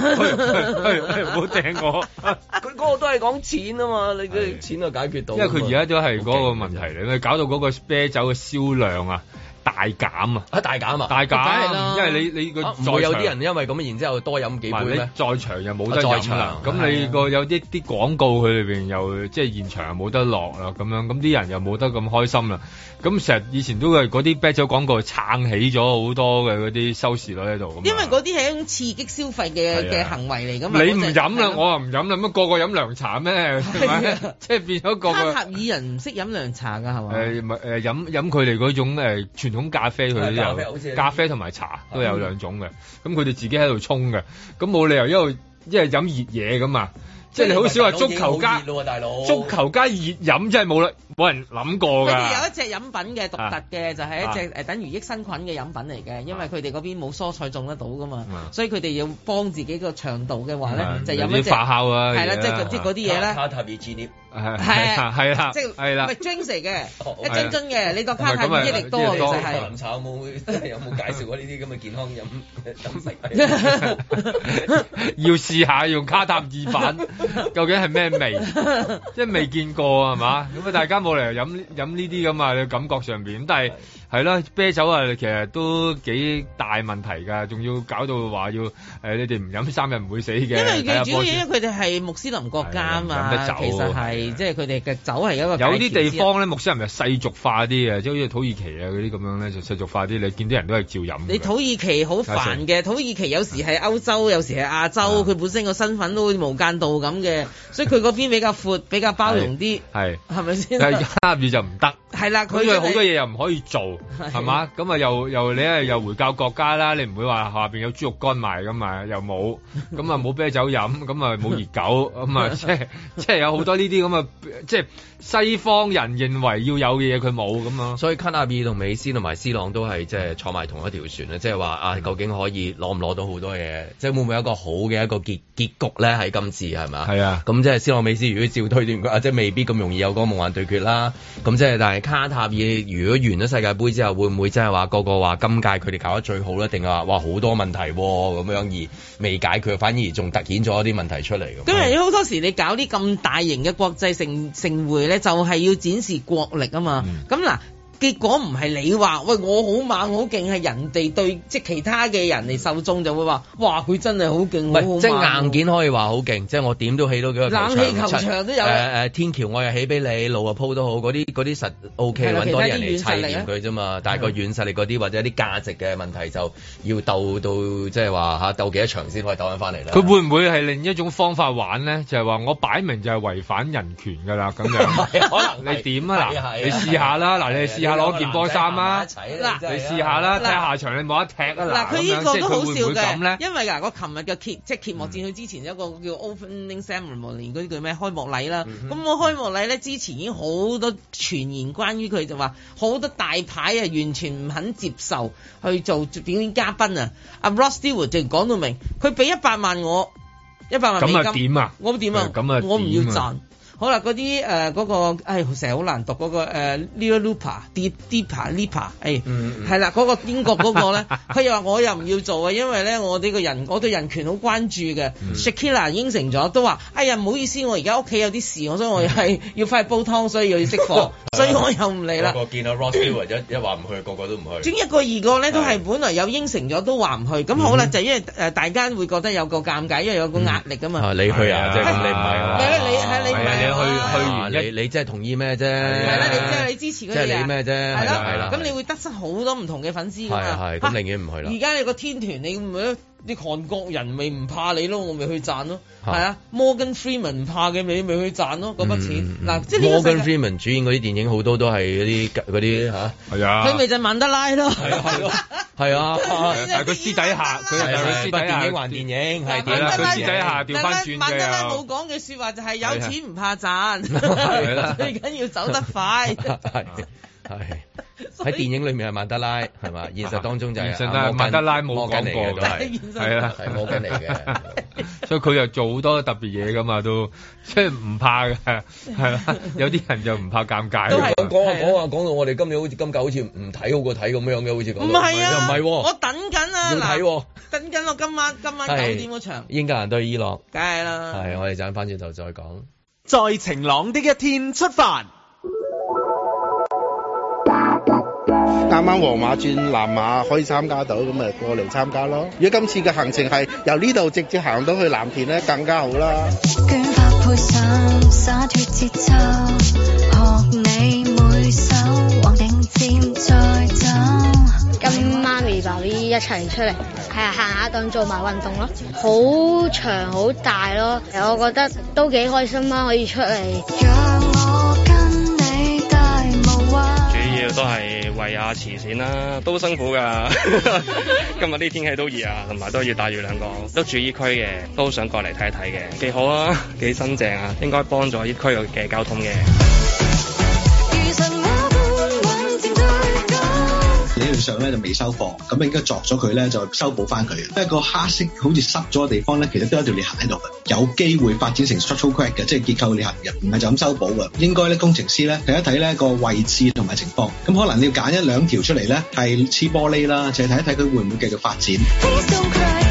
D: 唔好掟我，
C: 佢嗰個都係講錢啊嘛，你嘅錢就解決到啊啊
D: 因
C: 嘛。
D: 為佢而家都係嗰個問題嚟，佢搞到嗰個啤酒嘅銷量啊大減啊，
C: 啊大減啊，
D: 大
E: 梗係啦
D: 減，因為你你個
C: 啊唔
D: 在
C: 會有
D: 場
C: 啲人因為咁，然之後多飲幾
D: 唔係
C: 杯
D: 你
C: 咩？
D: 在場又冇得
C: 啊在啊
D: 飲啦
C: 場，
D: 咁你個有啲啲廣告佢裏邊又即係現場又冇得落啦，咁樣咁啲人又冇得咁開心啦，咁成日以前都係嗰啲啤酒廣告撐起咗好多嘅嗰啲收視率喺度咁啊。
E: 因為嗰啲係一種刺激消費嘅
D: 係
E: 嘅
D: 啊
E: 行為嚟㗎嘛。
D: 你唔
E: 嗰隻
D: 飲啦，
E: 係
D: 我
E: 咯
D: 啊唔飲啦，乜個個飲涼茶咩？係
C: 啊
D: 咪？ *laughs* 即係變咗個
E: 卡
D: 個
E: 塔爾人唔識飲涼茶㗎係嘛？
D: 誒咪誒飲飲佢哋嗰種誒傳統咖啡，佢
C: 係咖啡好
D: 都
C: 似
D: 有咖啡同埋茶都
E: 啊
D: 有兩種嘅，咁佢哋自己喺度沖嘅，咁冇理由一路一係飲熱嘢噶嘛，即係你好少話足球
C: 大佬已經好
D: 加
C: 熱咯喎，大佬
D: 足球加熱飲真係冇啦，冇人諗過
E: 佢哋有
D: 㗎啊
E: 一。隻飲品嘅獨特嘅，就係一隻誒等於益生菌嘅飲品嚟嘅，因為佢哋嗰邊冇蔬菜種得到噶嘛
D: 啊，
E: 所以佢哋要幫自己個腸道嘅話
D: 啊
E: 咧，就飲
D: 有
E: 一
D: 啲
E: 隻
D: 發酵啊，
E: 係啦，
D: 嘢
E: 即係嗰啲嗰啲嘢咧，
C: 卡塔爾 G 碟
D: 係
E: 係
D: 係啦啊係啦
E: 即係
D: 係啦
E: 唔係 drinks 嚟嘅，一
D: 係
E: 樽
D: 啊
E: 樽嘅，你當卡
D: 唔係咁啊
E: 泰伊力多啊其實
C: 哦林
E: 係。
C: 茶有冇 *laughs* 有冇介紹過呢啲咁嘅健康飲飲 *laughs* 食？
E: *laughs*
D: *laughs* 要試下用卡塔爾版，究竟係咩味？即係未見過係嘛？咁啊，大家冇理由飲飲呢啲咁啊，你感覺上邊。咁但係係啦，啤酒啊，其實都幾大問題㗎，仲要搞到話要誒、呃你哋唔飲三日唔會死嘅。
E: 因為
D: 睇下
E: 佢主要
D: 波先
E: 因為佢哋係穆斯林國家啊
D: 啊係飲得
E: 嘛，
D: 酒
E: 其實係即係佢哋嘅酒係一個
D: 有
E: 解
D: 啲
E: 調
D: 地
E: 之一
D: 方咧，穆斯林係世俗化啲嘅，即係好似土耳其啊嗰啲咁樣咧，就世俗化啲。你見啲人都係照飲㗎。
E: 你土耳其好煩嘅，土耳其有時係歐
D: 嗯
E: 洲，有時係亞
D: 啊
E: 洲，佢本身個身份都好似無間道咁嘅，所以佢嗰邊比
D: *laughs*
E: 較闊，比較包容啲，
D: 係
E: 係咪
D: *laughs*
E: 先？ *laughs*
D: 但係卡塔爾就唔得。
E: 係啦，
D: 佢
E: 佢
D: 因為
E: 真
D: 好
E: 係
D: 多嘢又唔可以做，係嘛？咁啊又又你係又回教國家啦，你唔會話下邊有豬肉乾賣噶嘛，又冇，咁啊冇啤酒飲，咁啊冇熱狗，咁啊即係即係有好多呢啲咁啊，即係西方人認為要有嘅嘢佢冇咁啊咯。
C: 所以卡塔爾同美斯同埋斯朗都係即係坐埋同一條船咧，即係話啊，究竟可以攞唔攞到好多嘢？即係會唔會有一個好嘅一個結結局咧？喺今次係嘛？
D: 係啊，
C: 咁即係斯朗美斯，如果照推斷佢啊，即係未必咁容易有嗰個夢幻對決啦。咁即係但係卡塔爾如果完咗世界盃之後，會唔會即係話個個話今屆佢哋搞得最好咧？定係話哇好多問題喎咁樣而未解決，反而仲突顯咗一啲問題出嚟咁？
E: 咁人哋好多時你搞啲咁大型嘅國際盛盛會咧，就係、要展示國力啊嘛。
D: 嗯
E: 咁嗱、結果唔係你話喂我好猛好勁，係人哋對即係其他嘅人嚟受眾就會話哇佢真係好勁，
C: 唔
E: 好好
C: 係，即係
E: 猛
C: 硬件可以話好勁，即係我點都起到幾個
E: 冷氣球場都有
C: 誒誒天橋我又起俾你，路啊鋪都好，嗰啲嗰啲實 O K，
E: 係啦
C: 揾多啲人嚟砌
E: 其他啲軟實力
C: 掂
E: 啊
C: 佢啫嘛。但係個軟實力嗰啲或者啲價值嘅問題就要鬥到即係話嚇鬥幾多場先可以鬥翻翻嚟啦。
D: 佢會唔會係另一種方法玩咧？就係話我擺明就係違反人權㗎啦，咁
C: *laughs*
D: 樣。
C: 可
D: *laughs* 你點啊？
C: 係啊係啊，
D: 嗱，你試下啦，嗱，你試下攞件波衫啊，
E: 嗱
D: 你試下啦，睇下下場你冇得踢啊！
E: 嗱，佢呢
D: 個
E: 個都好笑
D: 咁嗯咧
E: 嘅，？因為嗱，我琴日嘅揭即係揭幕戰，佢之前有一個叫 opening ceremony 嗰啲叫咩開幕禮
D: 嗯
E: 啦。咁我開幕禮咧之前已經好多傳言關於佢就話好多大牌啊，完全唔肯接受去做表演嘉賓啊。阿 Ross Stewart 就講到明，佢俾一百萬我，一百萬美金
D: 咁啊點啊
E: 我點啊？
D: 咁啊
E: 我唔要
D: 點啊
E: 賺。好啦，嗰啲誒嗰個，唉，成日好難讀嗰、個誒 l i l u p a Deep Deepa Lipa，誒，
D: 嗯
E: 係啦，嗰個英國嗰
D: *laughs*
E: 個咧，佢又話哎我又唔要做啊，因為咧我呢個人，我對人權好關注嘅。Shakira 應承咗，都話，哎呀，唔好意思，我而家屋企有啲事，我所以我係 *laughs* 要翻去煲湯，所以又要熄火
C: *laughs*
E: 所以我又唔嚟啦。
C: 個個見到 Ross Stewart 一一話唔去，個個都唔去
E: 總。之一個二個咧都係本來有應承咗都話唔去，
C: 嗯
E: 咁好啦，就因為誒大家會覺得有個尷尬，因為有個壓力噶
C: 啊！
E: 嘛。
C: 你去啊，即係咁你唔係啊
E: 係啊
C: 嘛？
E: 你係你唔係啊
D: 係啊你去去
C: 啊
D: 完一
C: 你你即係同意咩啫？
E: 係
C: 嗯係
E: 啦，你即係你支持
C: 即
E: 嗰啲
C: 係
E: 嘢
C: 你咩啫？
E: 係
C: 係啦，
E: 啦
C: 係啦，。
E: 咁你會得失好多唔同嘅粉絲㗎
C: 係
E: 嘛。啊
C: 係，
E: 嚇
C: 咁寧願唔去啦
E: 而。家你個天團，你咪你韓國人咪唔怕你咯，我咪去賺咯，
C: 嚇嗯
E: 係啊，Morgan Freeman 唔怕嘅，你咪去賺咯嗰筆錢。嗱，即係呢個世界
C: Morgan Freeman 主演嗰啲電影好多都係嗰啲嗰啲嚇，
D: 係啊
E: 佢咪就係曼德拉咯。 *laughs*
C: 係啊，
D: 但係佢私底下，佢
C: 係
D: 係佢
C: 係
D: 私
C: 不
D: 底
C: 電
D: 下
C: 影還電影係啊
E: 嗱
D: 係
C: 電影
D: 啦
C: 還
D: 佢私底
C: 電影
D: 下調翻轉
E: 曼德拉
D: 嘅。
E: 冇講嘅説話就係有
D: 係
E: 錢唔怕賺， *laughs*
C: 係啦
E: 最緊要走得
C: *laughs*
E: 快。
C: 係係喺電影裏面係曼德拉係嘛，現實當中就係
D: 現實啦
C: 阿摩根
D: 曼德拉冇
C: 摩根嚟
D: 講
C: 嘅
D: 過
C: 都係
E: 現實
D: 係啦，
C: 係啊摩根嚟嘅。
D: 所以佢又做好多特別嘢噶嘛，都 *laughs* 即係唔怕嘅，係啦。有啲人就唔怕尷尬㗎。
E: 都係啊
C: 咁講下講下講到我哋今年好似今屆好似唔睇好過睇咁樣嘅，好似講
E: 唔係啊，
C: 唔係
E: 我
C: 喎，
E: 等緊啊，
C: 要睇
E: 嗱
C: 喎，
E: 等緊我今晚今晚九
C: 係
E: 點嗰場，啊
C: 英格蘭對伊朗，
E: 梗係啦。
C: 係我哋陣翻轉頭再講。
F: 在晴朗的一天出發。
K: *laughs* 啱啱皇馬轉南馬可以參加到，咁咪過嚟參加咯。如果今次嘅行程係由呢度直接行到去藍田咧，更加好啦。
L: 卷髮配上灑脱節奏，學你每首黃定漸再走。
M: 跟媽咪、爸 B 一齊出嚟，係啊，行下當做埋運動咯。好長好大咯，我覺得都幾開心啊啦，可以出嚟。
L: 讓我跟你大無畏。
N: 主要都係為下慈善啦，都辛苦㗎。 *laughs* 今日啲天氣都熱啊，同埋都要帶住兩個，都住依區嘅，都想過嚟睇一睇嘅，幾好啊，幾新淨啊，應該幫助依區嘅交通嘅。
L: 如神我般穩靜對講，
K: 呢
O: 料上咧就未收貨，咁應該作咗佢咧就修補翻佢。一個黑色好似濕咗嘅地方咧，其實都有一條裂痕喺度嘅，有機會發展成 structural crack 嘅，即係結構裂痕嘅，唔係就咁修補嘅。應該咧工程師咧睇一睇咧個位置同埋情況，咁可能你要揀一兩條出嚟咧係黐玻璃啦，就係睇一睇佢會唔會繼續發展。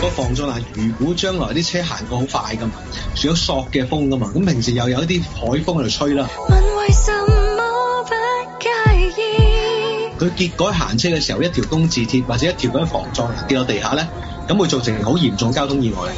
O: 個防撞欄，如果將來啲車行過好快噶嘛，仲有索嘅風噶嘛，咁平時又有啲海風喺度吹啦。佢結果行車嘅時候，一條工字鐵或者一條咁嘅防撞欄跌落地下咧，咁會造成好嚴重交通意外。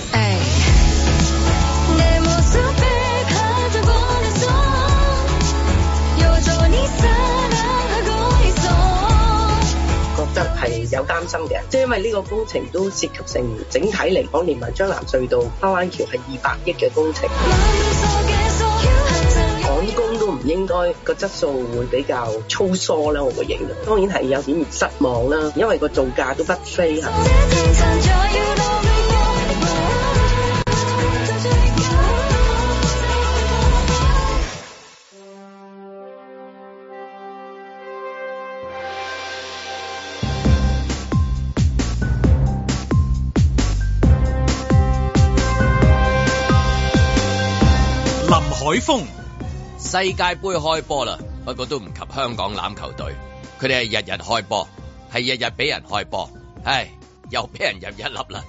P: 覺得係有擔心嘅，即係因為呢個工程都涉及成整體嚟講，連埋將南隧道花灣橋係二百億嘅工程。趕工都唔應該個質素會比較粗疏啦，我會認為。當然係有點失望啦，因為個造價都不菲啊。
B: 林海峰，世界杯開波啦，不過都唔及香港欖球隊，佢哋係日日開波，係日日俾人開波，唉，又俾人入一粒啦。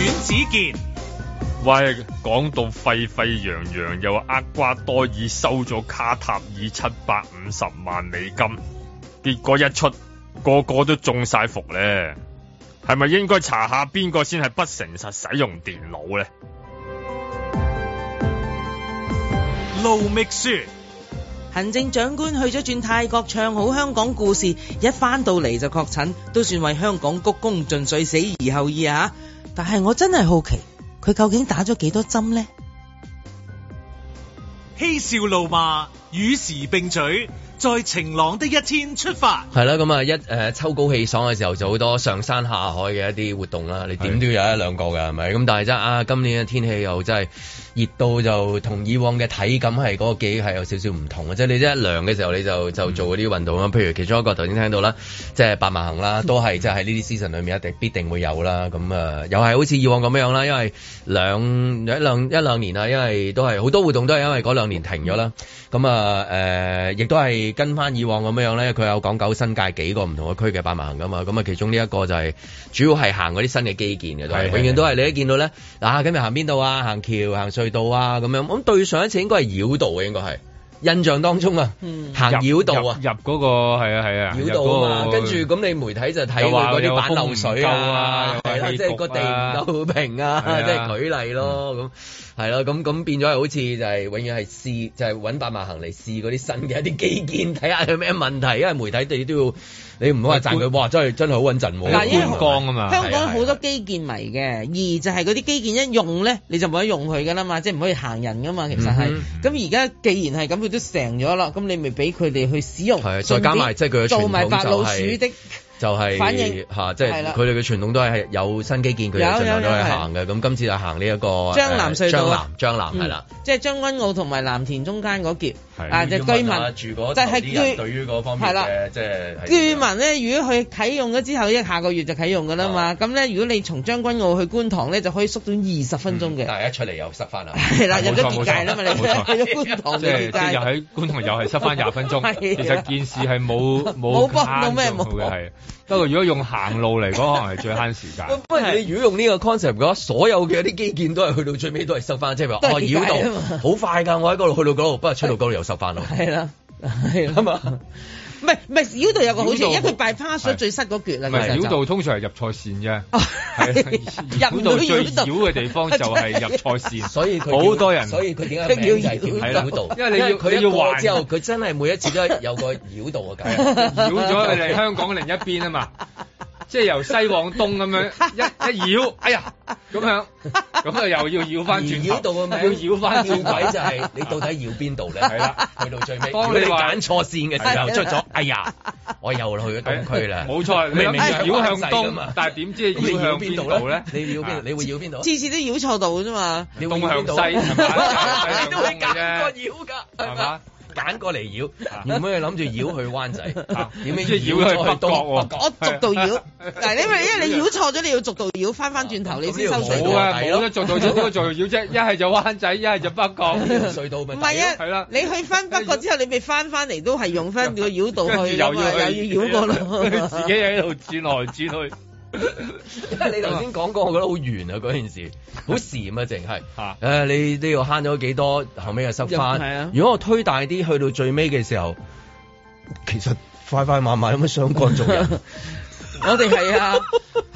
A: 阮子健，
D: 喂，講到沸沸揚揚，又話厄瓜多爾收咗卡塔爾七百五十萬美金，結果一出，個個都中晒伏咧。係咪應該查下邊個先係不誠實使用電腦咧？
A: 盧覓雪，
E: 行政長官去咗轉泰國唱好香港故事，一翻到嚟就確診，都算為香港鞠躬盡瘁，死而後已啊！但係我真係好奇，佢究竟打咗幾多針呢？
A: 嬉笑怒罵，與時並舉，在晴朗的一天出發。
C: 係啦，咁啊一誒、呃秋高氣爽嘅時候就好多上山下海嘅一啲活動啦，你點都有一兩個㗎，係咪？咁但係真係啊，今年嘅天氣又真係熱到就同以往嘅體感係嗰個記憶係有少少唔同嘅，即係你一涼嘅時候你就就做嗰啲運動啦，譬如其中一個頭先聽到啦，即係百萬行啦，都係即係喺呢啲 season 裏面一定必定會有啦。咁啊、呃又係好似以往咁樣啦，因為兩一兩一兩年啦，啊因為都係好多活動都係因為嗰兩年停咗啦。咁啊誒，亦都係跟翻以往咁樣咧，佢有講九新界幾個唔同嘅區嘅百萬行噶嘛。咁啊，其中呢一個就係主要係行嗰啲新嘅基建嘅，都係
B: 係
C: 永遠都係你一見到咧，啊今日行邊度啊，行橋、行隧道啊咁樣。咁對上一次應該係繞道啊嘅，應該係印象當中啊，行繞道啊。
D: 入嗰個係啊係啊，
C: 繞道啊嘛，
D: 入嗰個
C: 跟住咁你媒體就睇佢
D: 又話
C: 嗰啲
D: 有
C: 板漏水啊
D: 風唔，夠啊
C: 係啦，
D: 又
C: 即
D: 係
C: 係個地唔夠平啊
D: 係，啊嗯
C: 即係舉例咯，咁係咯，咁咁變咗係好似就係永遠係試，就係揾百萬行嚟試嗰啲新嘅一啲基建，睇下有咩問題，因為媒體你都要，你唔好話讚佢，哇，真係真係好穩陣喎，
E: 嗱因為
C: 觀光啊嘛
E: 香港好多基建迷嘅，二就係嗰啲基建一用咧，你就冇得用佢噶啦嘛，即係唔可以行人噶嘛，其實係
C: 嗯。
E: 咁而家既然係咁，佢都成咗啦，咁你咪俾佢哋去使用。
C: 係再加埋即係佢嘅
E: 做埋
C: 傳統
E: 白老
C: 就
E: 鼠
C: 係
E: 的。
C: 就係
E: 反應
C: 嚇，即係
E: 係啦
C: 佢哋嘅傳統都係有新基建，佢
E: 有
C: 哋盡量
E: 有
C: 都係
E: 有
C: 行嘅。咁今次就行呢一個
E: 張南隧道啊
C: 誒張南張南係啦。
E: 嗯，即係將軍澳同埋藍田中間嗰橛，啊就
C: 要
E: 居
C: 問
E: 民
C: 下住嗰
E: 就
C: 頭
E: 係
C: 啲人
E: 居
C: 對於嗰方面
E: 係啦
C: 嘅即係係
E: 居民咧，如果佢啟用咗之後，因為下個月就啟用㗎啦嘛，咁咧如果你從將軍澳去觀塘咧，就可以縮短二十分鐘嘅。
C: 嗯但係一出嚟又塞啊翻啦。
E: 係啦，入咗
D: 冇錯
E: 結界啦嘛，你
D: 冇錯
E: 去咗觀
C: 哦
E: 塘
D: 即
E: 就
D: 係
E: 結
D: 即係又
E: 界。
D: 喺觀塘又係塞翻廿分
C: *laughs*
D: 鐘，
E: 係啊
D: 其實件事係冇
E: 冇幫到咩
D: 慳
E: 忙
D: 嘅係。不過如果用行路嚟講，可能係最慳時
C: *laughs*
D: 間。
C: 不如啊你如果用呢個 concept 嘅話，所有嘅啲基建都係去到最尾都係收
E: *laughs*
C: 翻，即係話
E: 都係
C: 哦
E: 結界
C: 繞
E: 啊
C: 道
E: 嘛
C: 好快㗎，我喺嗰度去到嗰度，不過出到嗰度又收翻咯。
E: 係啦，係啦嘛。唔係唔係，繞道有個好處，
D: 繞道
E: 因為佢 bypass 咗最塞嗰橛啦。
D: 唔
E: 其
D: 係
E: 實就哦
D: 繞道通常係入錯線
C: *laughs*
D: 啫，繞
E: 係啊入唔
D: 道
E: 到
D: 最
E: 繞
D: 繞
E: 道。
D: 嘅地方就
E: *laughs*
D: 係入錯線，
C: 所以佢叫
D: 好多人。
C: 所以佢點解
D: 佢叫
C: 名就係
D: 繞
C: 叫繞道？
D: 道因為你要
C: 佢
D: 你
C: 一
D: 要
C: 過
D: 環
C: 之後，佢 *laughs* 真係每一次都有個繞道嘅
D: 係
C: 感
D: 啊
C: 覺。
D: 繞咗佢哋香港另一邊啊嘛，即係由西往東咁樣一一繞，哎呀咁樣，咁啊又要繞翻轉頭，
C: 繞到個名，
D: *laughs* 要繞翻
C: 繞 *laughs*
D: 轉
C: 軌就係你到底繞邊度咧？
D: 係啦，
C: 去到最尾，
D: 當
C: 當
D: 你
C: 你
D: 話
C: 揀錯線嘅時候
D: 係啊
C: 出咗，哎呀，我又去咗東區啦。
D: *laughs* 冇錯，你
C: 明
D: 明
C: 明
D: 明
C: 繞
D: 繞向
C: 㗎
D: 東
C: 嘛，
D: 但係點知
C: 咁你
D: 繞向
C: 繞
D: 邊
C: 邊
D: 度
C: 度
D: 咧
C: 咧？？你繞邊？你會繞邊度啊？
E: 次次都繞錯度啫嘛。
C: 你會
D: 東
C: 繞
D: 向
C: 邊度？
D: 西係咪？
C: *laughs* 你都會揀個繞㗎，係
D: 係嘛
C: 嘛？揀過嚟繞，原本係諗住繞去灣仔，點
D: 啊即係
C: 解
D: 繞去北
C: 咗
D: 角
C: 東
D: 喎
C: 北角
E: 我逐度繞，
D: 啊
E: 嗱，因為因為你繞錯咗，你要逐度繞翻翻轉頭，你先收水
D: 冇啊，
C: 隧道
D: 冇得做到做到做繞啫，一係就灣仔，一係就北角
C: *laughs* 隧道咪
E: 唔
C: 大
E: 係啊，
D: 係啦
E: 你去翻北角之後，你咪翻翻嚟都係用翻個繞道
D: 跟住
E: 去
D: *laughs*
E: 㗎
D: 又
E: 嘛，
D: 要去
E: 又要繞過咯。
D: *laughs* 自己喺度轉來轉去。
C: 因為你頭先講過，我覺得好圓啊嗰件事，好 *laughs* 禪啊，淨係誒你呢度慳咗幾多，後尾又塞
E: 又係啊
C: 翻。如果我推大啲，去到最尾嘅時候，其實快快慢慢有乜相干做人？
E: *laughs* 我哋係啊，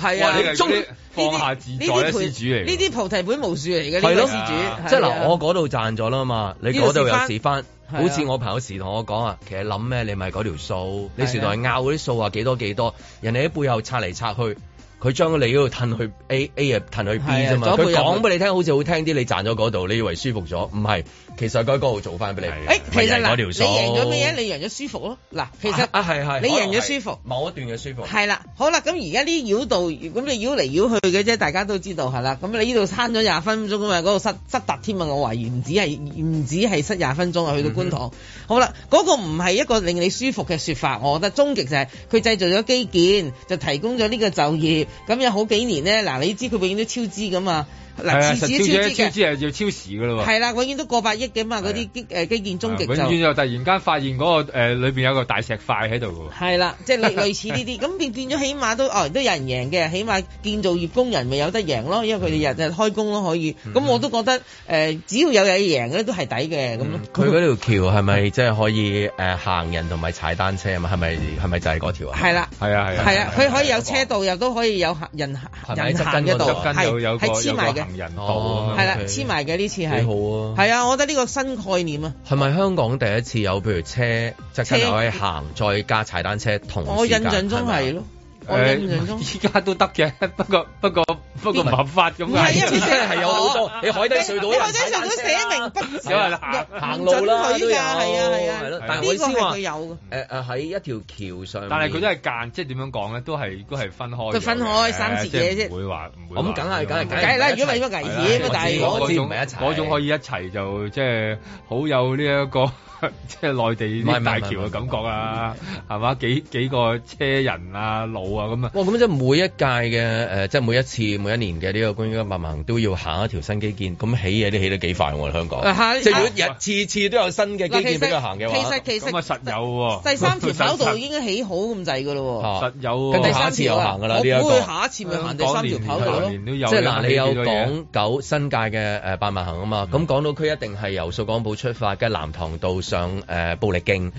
E: 係啊，
D: 哇你
E: 中
D: 中放
E: 呢啲
D: 下自在
E: 呢啲
D: 咧，
E: 培
D: 施主嚟㗎。
E: 呢啲菩提本無樹嚟嘅呢
C: 係
E: 個
C: 咯
E: 施主，
C: 即係
E: 係啊
C: 嗱，我嗰度賺咗啦嘛，你嗰度又
E: 呢度
C: 試翻。
E: 試返啊
C: 好似我朋友時同我講啊，其實諗咩你咪嗰條數，你
E: 係啊
C: 時同人拗嗰啲數啊幾多幾多，人哋喺背後拆嚟拆去，佢將你嗰度褪去 A A 啊褪去 B
E: 係啊
C: 啫嘛，
E: 左背
C: 佢
E: 右背
C: 講俾你聽好似好聽啲，你賺咗嗰度，你以為舒服咗，唔係，其實佢嗰度做翻俾你。啊
E: 誒，哎其實
C: 咪
E: 嗱，
C: 贏嗰
E: 你
C: 條數
E: 贏咗咩嘢？你贏咗舒服咯。嗱，其實
C: 啊係係，
E: 你贏咗
C: 可能係
E: 舒服
C: 某一段嘅舒服。
E: 係啦，好啦，咁而家呢繞道，咁你繞嚟繞去嘅啫，大家都知道係啦。咁你呢度慳咗廿分鐘咁啊，嗰度塞塞突添啊！我懷疑唔止係唔止係塞廿分鐘啊，去到觀塘。好啦，嗰、個唔係一個令你舒服嘅説法，我覺得終極就係佢製造咗基建，就提供咗呢個就業。咁有好幾年呢，嗱，你知佢永遠都超支噶嘛，
D: 係啊
E: 嗱，次次
D: 實超
E: 都超
D: 支
E: 支
D: 超
E: 嘅
D: 支。係要超時㗎啦喎。
E: 係啦，永遠都過百億嘅嘛，嗰啲基誒基建終極
D: 啊永遠
E: 就
D: 又突然間發現嗰、個誒裏邊有個大石塊喺度㗎喎。
E: 係啦，即係類類似呢
C: *laughs*
E: 啲，咁變變咗起碼都哦都有人贏嘅，起碼建造業工人咪有得贏咯，因為佢
C: 嗯
E: 哋日日開工咯可以，咁我都覺得誒、呃只要有嘢贏咧都係抵嘅咁咯。
C: 嗯佢嗰條橋係咪即係可以誒行人同埋踩單車啊？嘛係咪係咪就係嗰條啊？
E: 係啦，
D: 係啊
E: 係啊，佢可以有車道，又都可以有行人
C: 係咪
E: 人
C: 側
E: 行
C: 跟
E: 嘅
C: 嗰度
E: 道，
C: 側
D: 跟
E: 係
D: 有有個
E: 係黐埋
D: 有個
E: 嘅
D: 行，人道
C: 哦
D: 咁樣。
E: 係啦，
C: OK
E: 黐埋嘅呢次
C: 幾
E: 係，
C: 好啊！
E: 係啊，我覺得呢個新概念啊，
C: 係咪香港第一次有譬如車即係跟可以行，再加踩單車同時
E: 我印
C: 間啊
E: 象中係咯，我印象中
D: 誒。依家都得嘅， *laughs* 不過不過不過唔合法咁啊
E: 唔係因
D: 解
E: 為你
C: 真係有好多你海底隧道
E: 你
C: 有人
E: 海底隧道寫明
D: *laughs*
E: 不
D: 有人
C: 啊
D: 行
C: 行路啦
E: 唔準許
C: 都
E: 㗎
C: 有
E: 係啊係啊
C: 係咯
D: 係
C: 但係
E: 呢
C: 我
E: 個
C: 先
E: 係
C: 話
E: 佢有嘅。
C: 誒誒喺一條橋上面，
D: 嗯但係佢都係間，即係點樣講咧？都係都係分開咗嘅。
E: 佢分開三節嘢啫
D: 即係唔會話唔會話。
C: 哦咁梗係梗係
E: 梗係啦，如果唔係咁危險啊，
C: 係啦
E: 大
C: 係
E: 佬
C: 啦。
D: 嗰
C: 嗰
D: 種
C: 種唔係一齊
D: 嗰種可以一齊就即係好有呢、一個 *laughs* 即係內地啲
C: 唔係唔係
D: 大橋嘅感覺啊，係嘛？幾幾個車人啊路啊咁啊，
C: 哇！咁即係每一屆嘅誒、呃即係每一次每一年嘅呢個公益百萬啊都要行一條新基建，咁起嘢都起得幾快喎、香港。
E: 啊係
C: 哦即係如果日次次都有新嘅基建俾佢行嘅話
E: 嗱，其實其實
D: 咁啊實有喎、
E: 第三條跑道
D: 實
E: 應該起好咁滯噶咯
C: 啊
D: *laughs* 實有喎、
C: 跟
E: 喎，
C: 住
E: 第
C: 下
E: 三
C: 一次又行㗎啦
E: 我
C: 呢一個
E: 估佢下一次咪行第三條跑道咯。
D: 嗯年都
C: 即
D: 有
C: 係
D: 啦
C: 嗱，你有
D: 呢啲嘢
C: 港九新界嘅誒百萬行啊嘛，咁港島區一定係由掃港島出發，跟住南塘道上誒、呃暴力徑。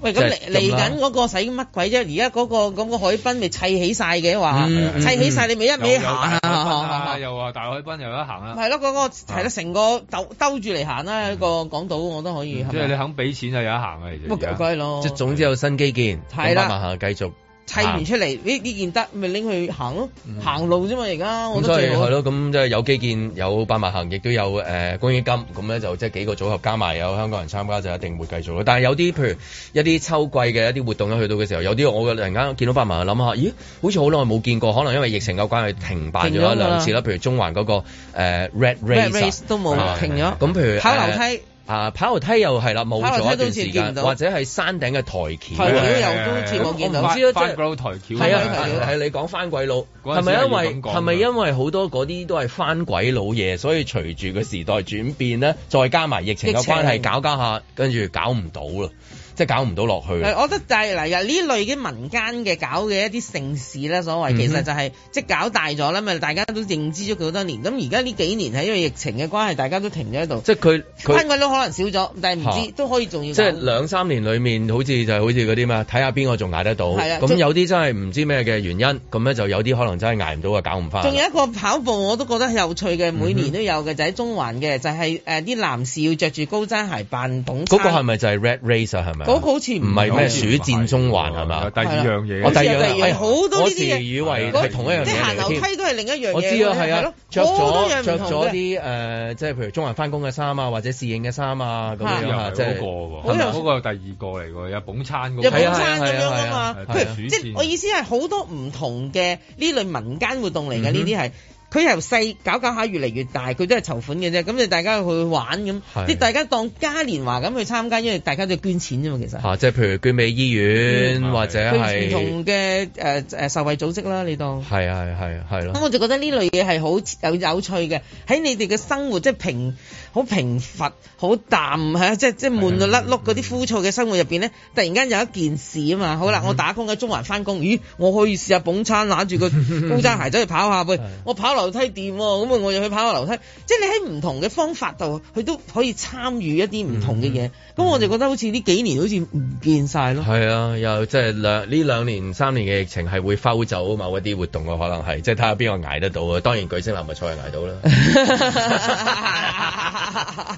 E: 喂，
C: 即
E: 咁
C: 係
E: 嚟嚟
C: 咁啦
E: 緊嗰個使乜鬼啫？而家嗰個咁個海濱咪砌起晒嘅話，
C: 嗯嗯
E: 砌起晒你咪一
D: 有
E: 味
D: 有大
E: 行
D: 海濱啊，
E: 啊！
D: 又話大海濱又有得行啊啦。
E: 係咯，嗰個係咯，成個兜兜住嚟行啦，個港島我都可以。
D: 嗯即係你肯俾錢就有得行啊！其實
E: 咪
D: 而家
E: 鬼咯
C: 即，係總之有新基建，
E: 哦係
C: 咁
E: 啦
C: 百萬行繼續。
E: 砌完出嚟呢呢件得，咪拎去行咯，行路啫嘛。而家我
C: 咁
E: 覺得
C: 所以
E: 最好
C: 係。咯，咁即係有基建，有百萬行，亦都有誒呃公益金，咁咧就即係幾個組合加埋有香港人參加，就一定會繼續咯。但係有啲譬如一啲秋季嘅一啲活動咧，去到嘅時候，有啲我突然間見到百萬，諗下，咦，好似好耐冇見過，可能因為疫情有關係停辦咗
E: 停咗㗎啦
C: 一兩次啦。譬如中環嗰個誒 Red
E: Red
C: Race
E: Race
C: 啊
E: 都冇
C: 啊
E: 停咗
C: 咁譬如
E: 跑樓
C: 誒
E: 梯
C: 啊，跑樓梯又係啦，冇
E: 跑樓梯
C: 咗一
E: 都
C: 段
E: 好似
C: 時
E: 見唔
C: 間，
E: 到
C: 或者係山頂嘅台橋
E: 台橋
C: 啊。
E: 又都好似冇見
C: 我唔
E: 到
C: 知。啊
D: 翻
C: 即係
D: 嗰度台橋
C: 係
E: 係
C: 啊
E: 啊，
C: 係係你講翻鬼佬，
D: 嗰陣時
C: 係咪因
D: 係要
C: 為
D: 咁講㗎
C: 係咪因為好多嗰啲都係翻鬼佬嘢，所以隨住個時代轉變咧，再加埋疫情嘅關
E: 疫
C: 係，
E: 情
C: 搞搞下，跟住搞唔到啦，即係搞唔到落去啦。
E: 誒，我覺得就係啊嗱，呢類嘅民間嘅搞嘅一啲盛事咧，所
C: 嗯
E: 謂
C: 哼
E: 其實就係即係搞大咗啦嘛，大家都認知咗佢好多年。咁而家呢幾年係因為疫情嘅關係，大家都停咗喺度。
C: 即係佢
E: 翻
C: 佢
E: 鬼佬可能少咗，但係唔知
C: 嚇
E: 都可以仲要
C: 即係
E: 搞
C: 兩三年裡面，好似就係好似嗰啲咩，睇下邊個仲捱得到。
E: 係啊
C: 咁
E: 仲
C: 有啲真係唔知咩嘅原因，咁咧就有啲可能真係捱唔到啊，搞唔翻。
E: 仲有一個跑步我都覺得有趣嘅，每
C: 嗯
E: 年都有嘅，就喺中環嘅，就係誒啲男士要着住高踭鞋扮懂
C: 嗰個
E: 餐
C: 係咪就係 Red Race 啊？係咪？
E: 嗰個好似
C: 唔係咩鼠戰中環係嘛？
D: 第
E: 二樣嘢
C: 我第二
E: 好似有啊第二樣
C: 樣
E: 好多呢啲嘢
C: 我時以為係同一樣
E: 即係
C: 嘢
E: 行
C: 嚟
E: 樓
C: 添。
E: 梯都係另一樣嘢。
C: 我知啊，係
E: 係咯
C: 啊，着
E: 好多樣
C: 咗
E: 唔
C: 着
E: 同
C: 咗
E: 嘅
C: 啲誒，即係譬如中環翻工嘅衫啊，或者侍應嘅衫啊，咁樣啊，
D: 即
C: 即
D: 係嗰
C: 係
D: 個
C: 係咪
D: 喎，嗰個第二個嚟喎，有捧餐嗰
E: 日
D: 個，
E: 本餐咁樣啊嘛，
D: 係啊
E: 佢即係我意思係好多唔同嘅呢類民間活動嚟嘅，呢啲
C: 嗯
E: 係佢由細搞搞下越嚟越大，佢都係籌款嘅啫。咁就大家去玩咁，
C: 係
E: 即係大家當嘉年華咁去參加，因為大家都係捐錢啫嘛，其實。
C: 嚇，即係譬如捐俾醫院或者
E: 佢唔
C: 係
E: 同嘅誒誒受惠組織啦，你當。
C: 係啊係啊係
E: 咁
C: 咯。
E: 我就覺得呢類嘢係好有有趣嘅，喺你哋嘅生活即係平好平乏、好淡係啊即係即係悶到甩碌嗰啲枯燥嘅生活入邊咧，突然間有一件事啊嘛，
C: 嗯
E: 好啦，我打工喺中環翻工，咦，我可以試下捧餐揦
C: *laughs*
E: 住個高踭鞋走去跑下喂，我跑樓梯掂喎，咁啊我又去跑下樓梯，即係你喺唔同嘅方法度，佢都可以參與一啲唔同
C: 嗯
E: 嘅嘢，咁我就覺得好似呢幾年好似唔見晒咯。
C: 係啊，又即係兩呢兩年三年嘅疫情係會摟走某一啲活動嘅，可能係即係睇下邊個捱得到啊。當然巨星男咪賽捱
E: *laughs*
C: 到啦，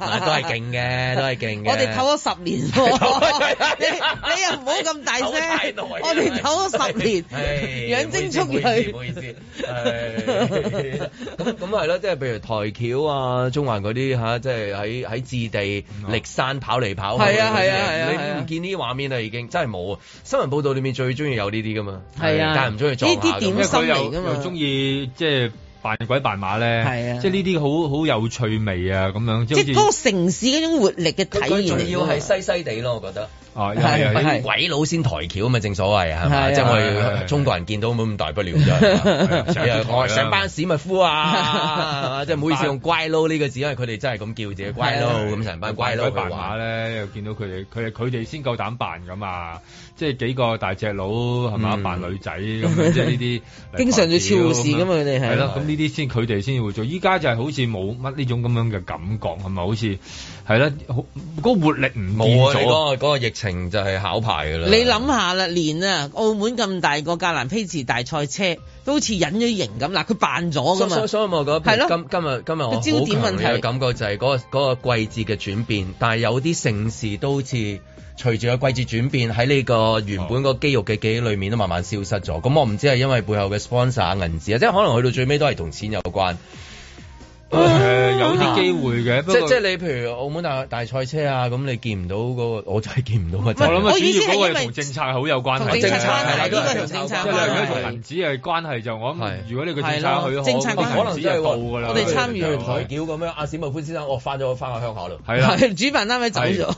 C: 啊 *laughs* 都係勁嘅，都係勁嘅。
E: 我哋唞咗十年 *laughs* 喎，你你又唔好咁大聲，我哋唞咗十
C: 啊 *laughs*
E: 年，養精蓄
C: 唔好
E: 鋭。
C: 意思，咁 *laughs* 咁係啦，即係譬如台橋啊、中環嗰啲嚇，即係喺喺置地力山跑嚟跑去，
E: 係啊係啊係啊係
C: 你
E: 啊
C: 唔見呢啲畫面啦，已經真係冇啊！新聞報道裏面最中意有呢啲噶嘛，
E: 係啊
C: 但係唔中意撞下
E: 呢啲點心嚟㗎嘛
D: 又中意即係扮鬼扮馬咧，
E: 係啊
D: 即係呢啲好好有趣味啊咁樣，
E: 即係
D: 係
E: 嗰個城市嗰種活力嘅體
C: 佢
E: 現嚟
C: 仲
E: 㗎
C: 要
E: 嘛
C: 係西西地咯，我覺得。
D: 哦，又係
C: 係
D: 有
C: *laughs* 係
D: 啲
C: 鬼佬先抬轎啊嘛，正所謂係
D: 係啊
C: 嘛，即係我
D: 係啊
C: 哋中國人見到冇咁大不了
E: *laughs*
C: 啫
D: 上
C: 係
D: 台
C: 嘛。
D: 啦
E: 啊
C: 我哎上班史密夫啊，即係唔好意思用乖佬呢個字，因為佢哋真係咁叫自己乖
E: *laughs*
C: 佬
D: 啊
C: 咁成班乖佬去
D: 扮
C: 玩
D: 馬。咧，又見到佢哋，佢哋佢哋先夠膽扮噶嘛，即係幾個大隻佬係嘛，扮女仔咁樣，即係呢啲
E: 經常要超視㗎嘛佢哋係
D: 係啦，咁呢啲先佢哋先會做，依家就係好似冇乜呢種咁樣嘅感覺係咪？好似係啦，好嗰個活力唔
C: 冇
D: 見
C: 啊！你
D: 咗。
C: 嗰個嗰個疫情就係考牌㗎啦。
E: 你諗下啦，連啊澳門咁大個格蘭披治大賽車都好似隱咗形咁，嗱佢扮咗㗎
C: 所
E: 嘛
C: 所，所以我覺得
E: 係咯
C: 今今日今日我
E: 個焦點
C: 好強烈
E: 問
C: 嘅
E: 題
C: 感覺就係嗰、個嗰個季節嘅轉變，但係有啲盛事都好似隨住個季節轉變，喺呢個原本個肌肉嘅記憶裏面都慢慢消失咗。咁我唔知係因為背後嘅 sponsor 銀紙啊，即係可能去到最尾都係同錢有關。
D: 誒有啲機會嘅，不
C: *laughs* 即
D: 過
C: 即係你譬如澳門大大賽車啊，咁你見唔到嗰個，我 *laughs* 真係見唔到啊！
D: 我諗啊，
C: 真係
D: 主
E: 意思
D: 要
E: 係
D: 嗰個係
E: 因為
D: 同政策好有關
E: 同
D: 係，
E: 政策關係
D: 係啦
E: 呢個係同政策
D: 即係如果
E: 關係
D: 同銀紙嘅關係就我諗，如果你個政
E: 係
D: 策
E: 咯
D: 許可，
E: 政策關係
D: 可能
C: 即
D: 紙
C: 係
D: 就
C: 話
D: 到㗎啦。
E: 啊我哋參與
D: 係
C: 台繳咁樣，阿史密夫先生，我翻咗翻去鄉下啦。
D: 係啦。
E: 係主辦單位走咗，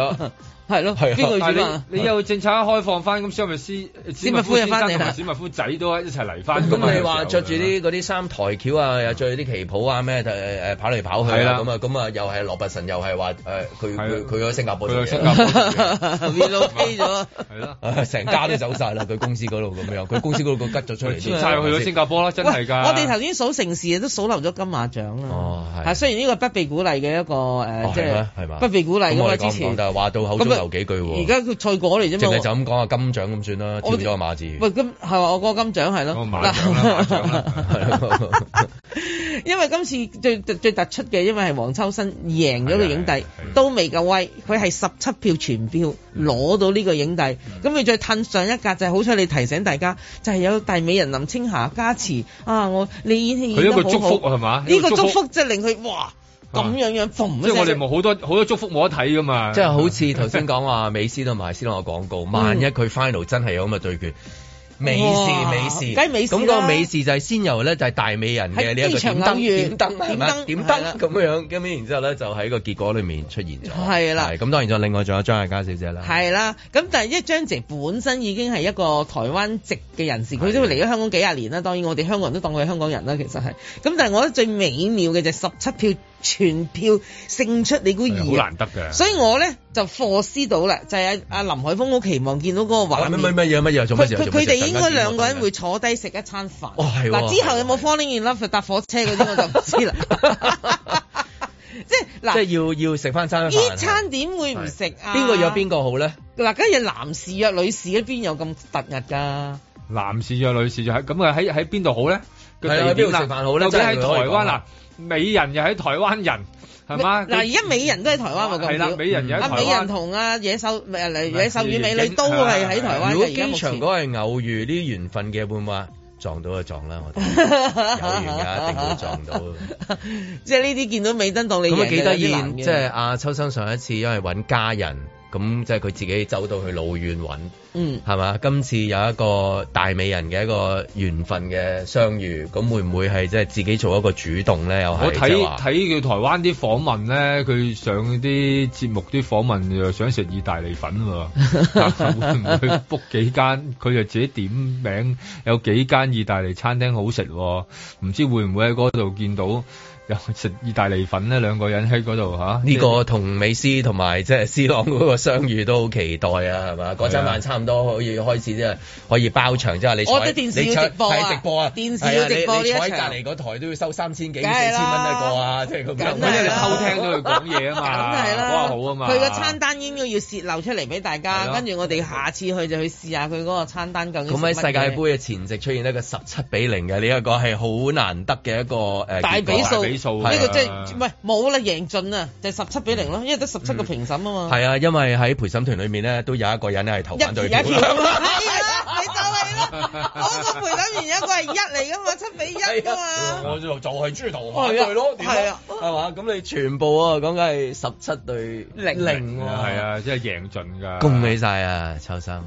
D: *laughs*
C: 啊，
E: 係咯，
C: 係啊
E: 邊個 *laughs*
D: 但
E: 主
D: 係
E: 辦？
D: 你你有政策一開放翻，咁
E: *laughs*
D: 史密斯史密夫先生同埋史密夫仔都一齊嚟翻。
C: 咁你話着住啲嗰啲衫台橋啊，又着住啲旗袍啊，咩誒誒跑嚟跑去
D: 係啦啊
C: 啊，咁啊咁啊，又係羅拔臣，又係話誒佢佢佢喺新加坡做
D: 佢喺
C: 嘢，
D: 新加坡做
E: *laughs* 嘢 relocate 咗
D: 係
E: *laughs*
D: 啦
C: 啊 *laughs* 成家都走晒啦，佢公司嗰度咁樣，佢公司
D: *laughs*
C: 嗰度佢吉咗出
D: 佢
C: 嚟，
D: 遷晒去咗新加坡啦，真係㗎。
E: 我哋頭先數城市都數漏咗金馬獎啦。
C: 哦係
E: 係雖然呢個不被鼓勵嘅一個
C: 哦
E: 誒，即
C: 係
E: 係
C: 咩係嘛
E: 不被鼓勵
C: 咁
E: 噶
C: 我
E: 嘛，
C: 哋
E: 之
C: 講唔講
E: 前啊
C: 得？話到口中
D: 啊
C: 留幾句
E: 而
C: 喎，
E: 家佢賽果嚟啫
C: 淨係
E: 嘛
C: 就。咁講啊下金獎咁算啦，跳
E: 我
C: 咗個馬字。
E: 喂，咁係話我個金獎係咯，
C: 個哦馬獎啦馬
E: *laughs*
C: 獎啦
E: 因為今次最最最突出嘅，因為係黃秋生贏咗個影帝，都未夠威，佢係十七票全票
C: 嗯
E: 攞到呢個影帝，咁佢再褪上一格就係好彩你提醒大家，就係有大美人林青霞加持啊！我你演戲
D: 佢一
E: 演
D: 個啊
E: 得好
D: 祝
E: 好
D: 福係嘛？
E: 呢個祝福即係令佢哇咁樣樣，嘣
D: 即係我哋冇好多好多祝福冇得睇㗎嘛。
C: 即係好似頭先講話美斯同埋斯朗嘅廣
E: 嗯
C: 告，萬一佢 final 真係有咁嘅對決。美
E: 哇
C: 事美事，
E: 梗係美事啦
C: 咁個美事就係先由咧就係大美人嘅呢一個
E: 喺機場
C: 點燈
E: 偶遇
C: 點燈啊係咪
E: 點
C: 點
E: 燈係啦
C: 燈咁樣，咁然之後咧就喺個結果裏面出現咗，
E: 係啦
C: 係咁當然仲有另外仲有張艾嘉小姐啦，
E: 係啦，咁但係因為張姐本身已經係一個台灣籍嘅人士，佢都嚟咗香港幾廿年啦。當然我哋香港人都當佢係香港人啦，其實係。咁但係我覺得最美妙嘅就係十七票全票勝出你估二，
D: 好難得嘅
E: 所以我咧就課思到啦，就係阿阿林海峰好期望見到嗰個畫
C: 乜
E: 面。
C: 乜乜嘢乜啊嘢做乜
E: 佢
C: 嘢
E: 佢
C: 做乜嘢
E: 佢哋應該
C: 突然間
E: 兩個人會坐低食一餐飯。
C: 哦係喎
E: 嗱之後有冇 falling in love 搭火車嗰啲我就唔知
C: *laughs*
E: 啦。即係
C: 即
E: 嗱，
C: 係要要食翻餐飯啊
E: 呢餐點會唔食啊？
C: 邊個約邊個好咧？
E: 嗱，梗係男士約女士，邊有咁突兀㗎？
D: 男士約女士就係咁啊，喺喺邊度好咧？個
C: 係啊
D: 地點
C: 邊度食飯好呢
D: 究竟
C: 真係
D: 喺台
C: 可以講
D: 灣嗱
C: 啊，
D: 美人又喺台灣人，係嘛？
E: 嗱，而家美人都喺台灣喎，咁
D: 係啦
E: 巧
D: 美人
C: 嗯
D: 又喺
E: 啊
D: 台灣
E: 美人同啊野獸唔係嚟野獸與美女都係喺台灣
C: 如果
E: 嘅，而家
C: 機
E: 目
C: 場嗰
E: 前。
C: 個係偶遇呢緣分嘅，會唔會話撞到就撞啦？我哋有緣㗎，一定會撞到。
E: *laughs* 即係呢啲見到美登到 *laughs* 你
C: 咁啊
E: 贏
C: 幾
E: 有
C: 得
E: 啲
C: 意
E: 難，嘅
C: 即係阿秋生上一次因為揾家人，咁即係佢自己走到去老遠揾，
E: 嗯
C: 係嘛？今次有一個大美人嘅一個緣分嘅相遇，咁會唔會係即係自己做一個主動咧？又係
D: 我睇
C: 即係話
D: 睇佢台灣啲訪問咧，佢上啲節目啲訪問又想食意大利粉
C: *laughs*
D: 喎，會唔會 book 幾間？佢就自己點名，有幾間意大利餐廳好食喎，唔知會唔會喺嗰度見到有食意大利粉咧？兩個人喺嗰度嚇，
C: 呢個同美斯同埋即係斯朗嗰個相遇都好期待啊，係嘛？嗰餐飯差唔多可以開始即係可以包場即係你坐
E: 我覺得電視要
C: 你坐
E: 直播啊
C: 睇直播啊，
E: 電視要直播
C: 係啊你
E: 呢
C: 你
E: 一
C: 坐喺
E: 場
C: 隔離嗰台都要收三千幾四
E: 梗係
C: 千蚊一
E: 啦
C: 個啊，即係咁樣。
E: 梗係啦
D: 偷聽到佢講嘢啊嘛，
E: 梗係啦，
D: 哇好啊嘛，
E: 佢個餐單應該要泄漏出嚟俾大
C: 係
E: 家，
C: 咯
E: 跟住我哋下次去就去試下佢嗰個餐單究竟
C: 咁
E: 食乜
C: 喺
E: 嘢。
C: 世界盃嘅前夕出現一個十七比零嘅呢一個係好難得嘅一個誒
E: 大比
C: 結果啊
E: 數，啊呢個即
C: 係啊
E: 係唔係冇啦，贏盡啊，就十七比零咯，因為得十七個評審啊嘛。
C: 係啊，因為喺陪審團裏面咧，都有一個人咧係投反對
E: 一
C: *laughs* 票
E: 一票啊嗰個陪審員有一個係一嚟噶嘛，七比一噶嘛。
C: 我就就係豬頭
E: 馬對咯點啊嗯係啊
C: 係嘛？咁你全部啊，講緊係十七對
E: 零
C: 零喎，
D: 係啊，真係贏盡㗎，
C: 恭喜晒啊，秋生！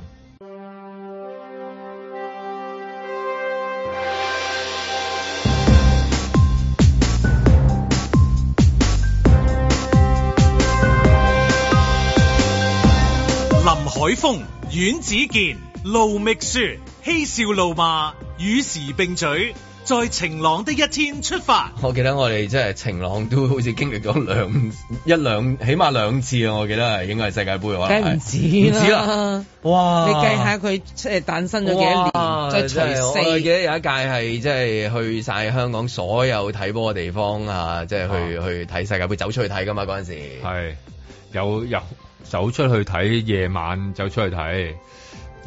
A: 林海峰、阮子健、路觅雪，嬉笑怒罵，與時並舉，在晴朗的一天出發。
C: 我記得我哋即係晴朗都好似經歷咗兩 *laughs* 一兩，起碼兩次啊！我記得係應該係世界盃啊，可能係
E: 梗唔止
C: 唔止啦，
E: 啦，
C: 哇！
E: 你計下佢誒誕生咗幾多年，再除
C: 真係
E: 四。
C: 我記得有一屆係即係去晒香港所有睇波嘅地方啊，即係去去睇世界盃，走出去睇噶嘛嗰陣時。
D: 係有有走出去睇，夜晚走出去睇。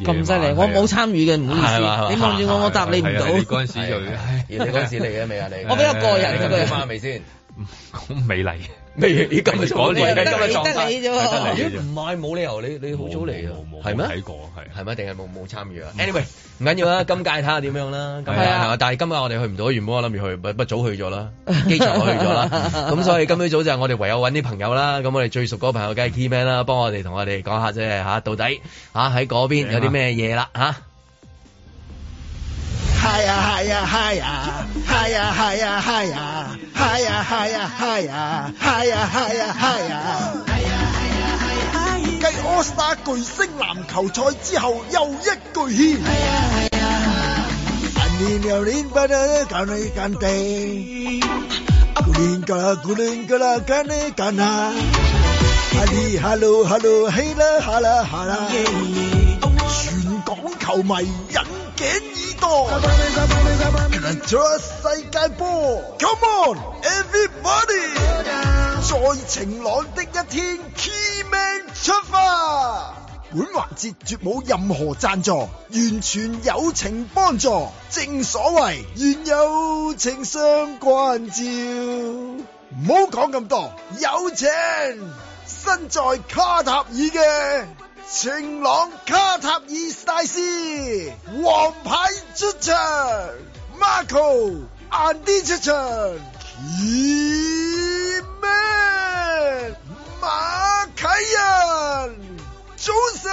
E: 咁犀
C: 啊
E: 利，我冇參與嘅，唔
D: 係嘛係嘛
E: 好意思。你望住我，我答你唔
D: 係啊係啊你
E: 到。
D: 嗰陣時就
C: 係啊你嗰陣時嚟嘅未啊？你
E: 我比較過人
C: 你
E: 嗰個
C: 咁
E: 人
C: 啊未先？
D: 咁美麗，
C: 未咦今日
D: 嗰年
C: 今日撞
E: 得你啫喎
D: 係得你
C: 咦
D: 啫
C: 唔係冇理由你你好早嚟啊？係咩？
D: 睇過係
C: 係咩？定係冇冇參與啊？Anyway，唔緊要啦，今屆睇下點樣啦。今屆
E: 係啊
C: 係嘛但係今日我哋去唔到，原本我諗住去，不不早去咗啦，機場我去咗啦。咁所以今朝早就係我哋唯有揾啲朋友啦。咁我哋最熟嗰個朋友梗係 Keyman 啦，幫我哋同我哋講下啫嚇，到底嚇喺嗰邊有啲咩嘢啦嚇。
Q: 係啊係啊係啊係啊係啊係啊係啊係啊係啊係啊係啊係啊！繼 All Star 巨星籃球賽之後，又一巨獻。年又年不得干呢干地，古靈噶啦古靈噶啦干呢干啊，哈利哈魯哈魯嘿啦哈啦哈啦，全港球迷引頸以待，Just 世界波，Come on everybody，在晴朗的一天，Keyman 出發。本環節絕冇任何贊助，完全友情幫助。正所謂願友情相關照，唔好講咁多。友情身在卡塔爾嘅晴朗卡塔爾大師，王牌出場，Marco 晏啲出場，Keyman 馬啟仁。早晨，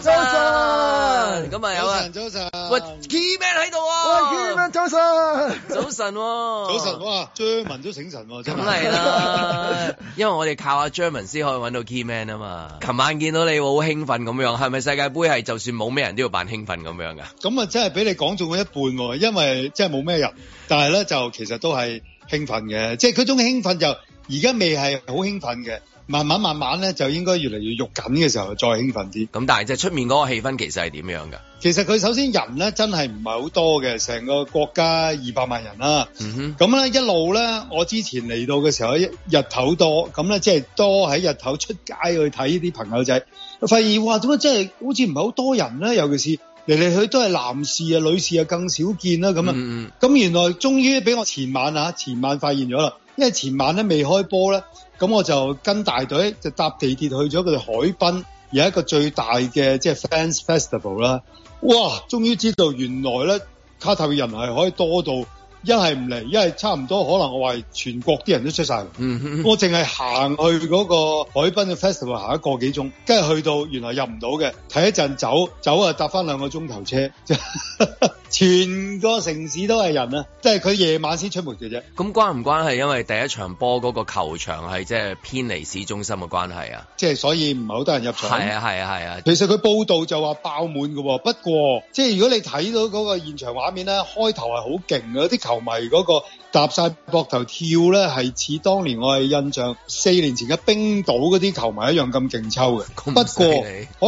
Q: 早晨，
B: 咁啊有啊
Q: 早晨，
B: 喂，Keyman 喺度啊
Q: 喂，Keyman 早晨，
B: 早晨喎
R: 早晨，哇，張文都醒神喎，真
B: 梗
R: 係
B: 係
C: *laughs*
B: 啦，因為我哋靠阿 German 先可以揾到 key man 啊嘛。琴晚見到你好興奮咁樣，係咪世界盃係就算冇咩人都要扮興奮咁樣㗎？
R: 咁啊，真係俾你講中咗一半喎，因為真係冇咩人，但係咧就其實都係興奮嘅，即係嗰種興奮就而家未係好興奮嘅，慢慢慢慢咧就應該越嚟越肉緊嘅時候再興奮啲。
B: 咁但係即係出面嗰個氣氛其實係點樣㗎？
R: 其實佢首先人咧真係唔係好多嘅，成個國家二百萬人啦。咁咧、一路咧，我之前嚟到嘅時候，一日頭多，咁咧即係多喺日頭出街去睇啲朋友仔，發現哇，點解真係好似唔係好多人咧？尤其是嚟嚟去都係男士啊、女士啊更少見啦咁啊。
C: 嗯
R: 咁、原來終於俾我前晚啊，前晚發現咗啦，因為前晚咧未開波咧，咁我就跟大隊就搭地鐵去咗佢哋海濱有一個最大嘅即係 fans festival 啦。哇！終於知道原來咧卡塔爾人係可以多到一係唔嚟，一係差唔多可能我話全國啲人都出晒嚟。
C: 嗯
R: 我淨係行去嗰個海濱嘅 festival 行一個幾鐘，跟住去到原來入唔到嘅，睇一陣走，走啊搭翻兩個鐘頭車， *laughs* 全個城市都係人啊！即係佢夜晚先出沒嘅啫。
C: 咁關唔關係？因為第一場波嗰個球場係即係偏離市中心嘅關係啊。
R: 即係所以唔係好多人入場。
C: 係啊，係啊，係啊。
R: 其實佢報道就話爆滿嘅喎，不過即係如果你睇到嗰個現場畫面咧，開頭係好勁嘅，啲球迷嗰、個搭晒膊頭跳咧，係似當年我係印象四年前嘅冰島嗰啲球迷一樣咁勁抽嘅。不過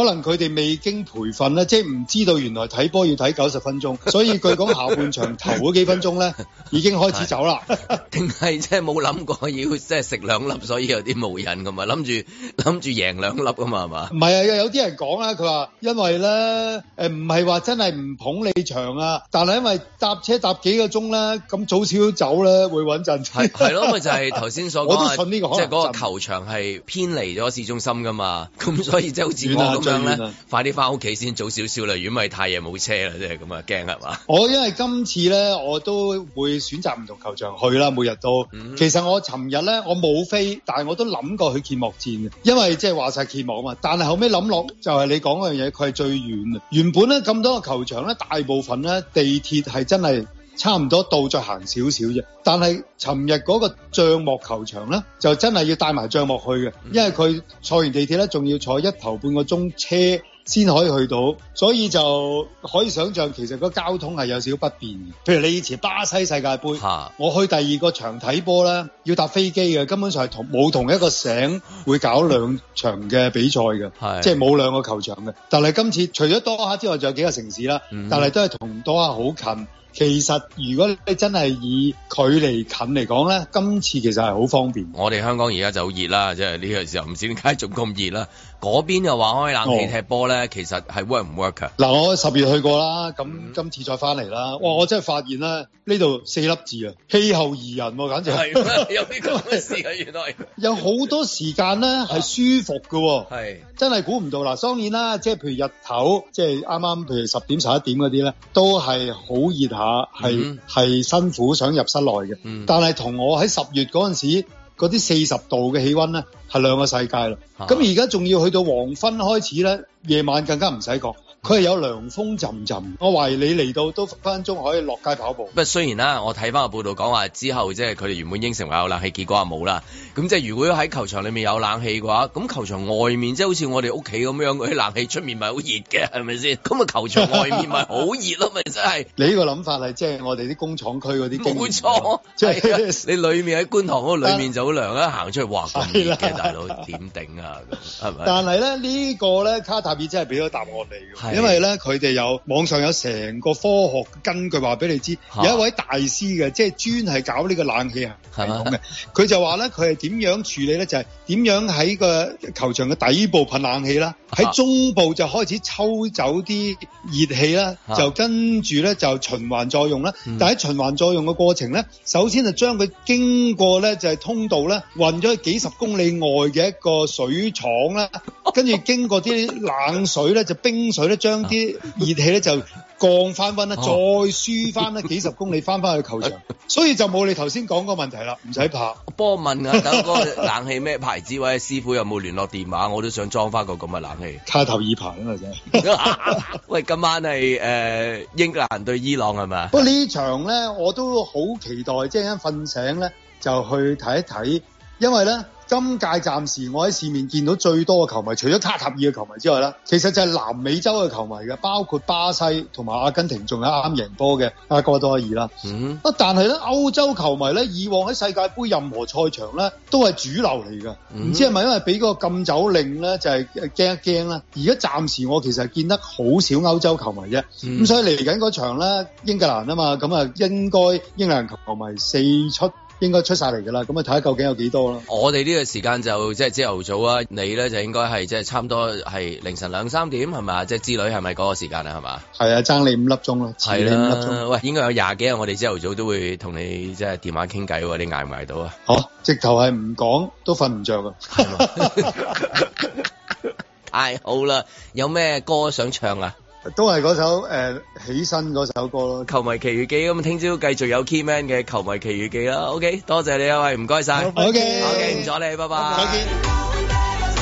R: 可能佢哋未經培訓咧，即係唔知道原來睇波要睇九十分鐘，所以據講下半場頭嗰幾分鐘咧已經開始走啦。
C: 定係即係冇諗過要即係食兩粒，所以有啲冇癮咁嘛？諗住諗住贏兩粒㗎嘛，係嘛
R: 唔？係啊，有啲人講啦，佢話因為咧，誒唔係話真係唔捧你場啊，但係因為搭車搭幾個鐘咧，咁早少少走咧會穩陣。係
C: 係咯，咪就係頭先所
R: *laughs*
C: 講
R: 我
C: 啊，
R: 都信呢個可
C: 即係
R: 能
C: 嗰個球場係偏離咗市中心噶嘛，
R: *laughs*
C: 咁所以即係好似
R: 遠啊
C: 我咁樣
R: 最遠
C: 咧
R: 啊，
C: 快啲翻屋企先早少少啦，如果唔係太夜冇車啦，即係咁啊驚係嘛？
R: *laughs* 我因為今次咧，我都會選擇唔同球場去啦，每日都。其實我尋日咧，我冇飛，但係我都諗過去揭幕戰嘅，因為即係話晒揭幕啊嘛。但係後尾諗落，就係你講嗰樣嘢，佢係最遠啊。原本咧咁多個球場咧，大部分咧地鐵係真係差唔多到再行少少啫。但係尋日嗰個帳幕球場咧，就真係要帶埋帳幕去嘅，因為佢坐完地鐵咧，仲要坐一頭半個鐘車。先可以去到，所以就可以想象其實個交通係有少少不便嘅。譬如你以前巴西世界盃，我去第二個場睇波咧，要搭飛機嘅，根本上係同冇同一個省會搞兩場嘅比賽嘅，即係冇兩個球場嘅。但係今次除咗多哈之外，仲有幾個城市啦，
D: 嗯
R: 但係都係同多哈好近。其實如果你真係以距離近嚟講咧，今次其實係好方便。
C: 我哋香港而家就好熱啦，即係呢個時候唔知點解仲咁熱啦。嗰邊又話開冷氣
R: 哦
C: 踢波咧，其實係 work 唔 work 㗎？
R: 嗱，我十月去過啦，咁今次再翻嚟啦，哇！我真係發現啦，呢度四粒字啊，氣候宜人喎、簡直
C: 係咩 *laughs* 有啲咁嘅事啊，原來。
R: *laughs* 有好多時間咧係舒服嘅喎、
C: 係
R: 真係估唔到嗱。當然啦，即係譬如日頭，即係啱啱譬如十點十一點嗰啲咧，都係好熱下，係
D: 嗯
R: 係、辛苦想入室內嘅。
D: 嗯
R: 但係同我喺十月嗰陣時嗰啲四十度嘅氣温咧，係兩個世界啦。咁而家仲要去到黃昏開始咧，夜晚更加唔使講，佢係有涼風陣陣。我懷疑你嚟到都分分鐘可以落街跑步。
C: 不過雖然啦，我睇翻個報道講話之後，即係佢哋原本應承話有冷氣，結果話冇啦。咁即係如果喺球場裏面有冷氣嘅話，咁球場外面即係好似我哋屋企咁樣，嗰啲冷氣出面咪好熱嘅，係咪
R: *laughs*
C: 先？咁啊球場外面咪好熱咯，咪真係。哎
R: 你呢個諗法係即係我哋啲工廠區嗰啲經驗啊
C: 冇 *laughs* 錯，
R: 即
C: 係
R: *laughs* 係
C: 啊你裏面喺觀塘嗰度裏面就好涼啦，行出去哇咁
R: *laughs*
C: 熱嘅大佬點頂啊？咁係咪？
R: 但係咧呢、個咧卡塔爾真係俾咗答案你
C: 係
R: 嘅，因為咧佢哋有網上有成個科學根據話俾你知，
D: 嚇
R: 有一位大師嘅，即係專係搞呢個冷氣系統嘅。佢就話咧，佢係點樣處理咧？就係、點樣喺個球場嘅底部噴冷氣啦，
D: 嚇
R: 喺中部就開始抽走啲熱氣啦
D: 嚇，
R: 就跟住咧就循環作用啦。
D: 嗯
R: 但喺循環作用嘅過程咧，首先就將佢經過咧就係、通道咧運咗去幾十公里外嘅一個水廠啦，跟住經過啲冷水咧就冰水咧將啲熱氣咧就降翻温啦，再輸翻咧幾十公里翻翻去球場，所以就冇你頭先講個問題啦，唔使怕。
C: 幫我問下，等嗰個冷氣咩牌子或者師傅有冇聯絡電話？我都想裝翻個咁嘅冷氣。
R: 卡頭二排啊嘛，真係。
B: *laughs*
C: 喂，今晚係誒、呃英格蘭對伊朗係咪？
R: 不過呢場咧，我都好期待，即係一瞓醒咧就去睇一睇，因為咧今屆暫時我喺市面見到最多嘅球迷，除咗卡塔爾嘅球迷之外啦，其實就係南美洲嘅球迷嘅，包括巴西同埋阿根廷，仲有啱贏波嘅阿哥多爾啦。
C: 嗯，
R: 啊，但係咧歐洲球迷咧，以往喺世界盃任何賽場咧都係主流嚟㗎，唔、
D: 嗯
R: 知係咪因為俾個禁酒令咧，就係驚一驚啦。而家暫時我其實見得好少歐洲球迷啫，咁、
D: 嗯
R: 所以嚟緊嗰場咧英格蘭啊嘛，咁啊應該英格蘭球迷四出應該出晒嚟㗎啦。咁啊睇下究竟有幾多咯。
B: 我哋呢個時間就即係朝頭早啊，你咧就應該係即係差唔多係凌晨兩三點係嘛？即係之類係咪嗰個時間啊？係嘛？
R: 係啊，爭你五粒鐘啦，遲
B: 係
R: 你五粒鐘。
B: 啦，喂，應該有廿幾日，我哋朝頭早都會同你即係電話傾偈喎，你捱唔捱到啊？
R: 好，直頭係唔講都瞓唔着㗎。啊
B: *laughs* 太好啦！有咩歌想唱啊？
R: *laughs* 都係嗰首誒、呃起身嗰首歌
B: 《
R: 咯。
B: 球迷奇遇記》咁，聽朝繼續有 Keyman 嘅《球迷奇遇記》啦。OK，多謝你啊，喂，唔該晒。
R: 好拜拜
B: OK，唔阻你，拜拜。
R: 再見。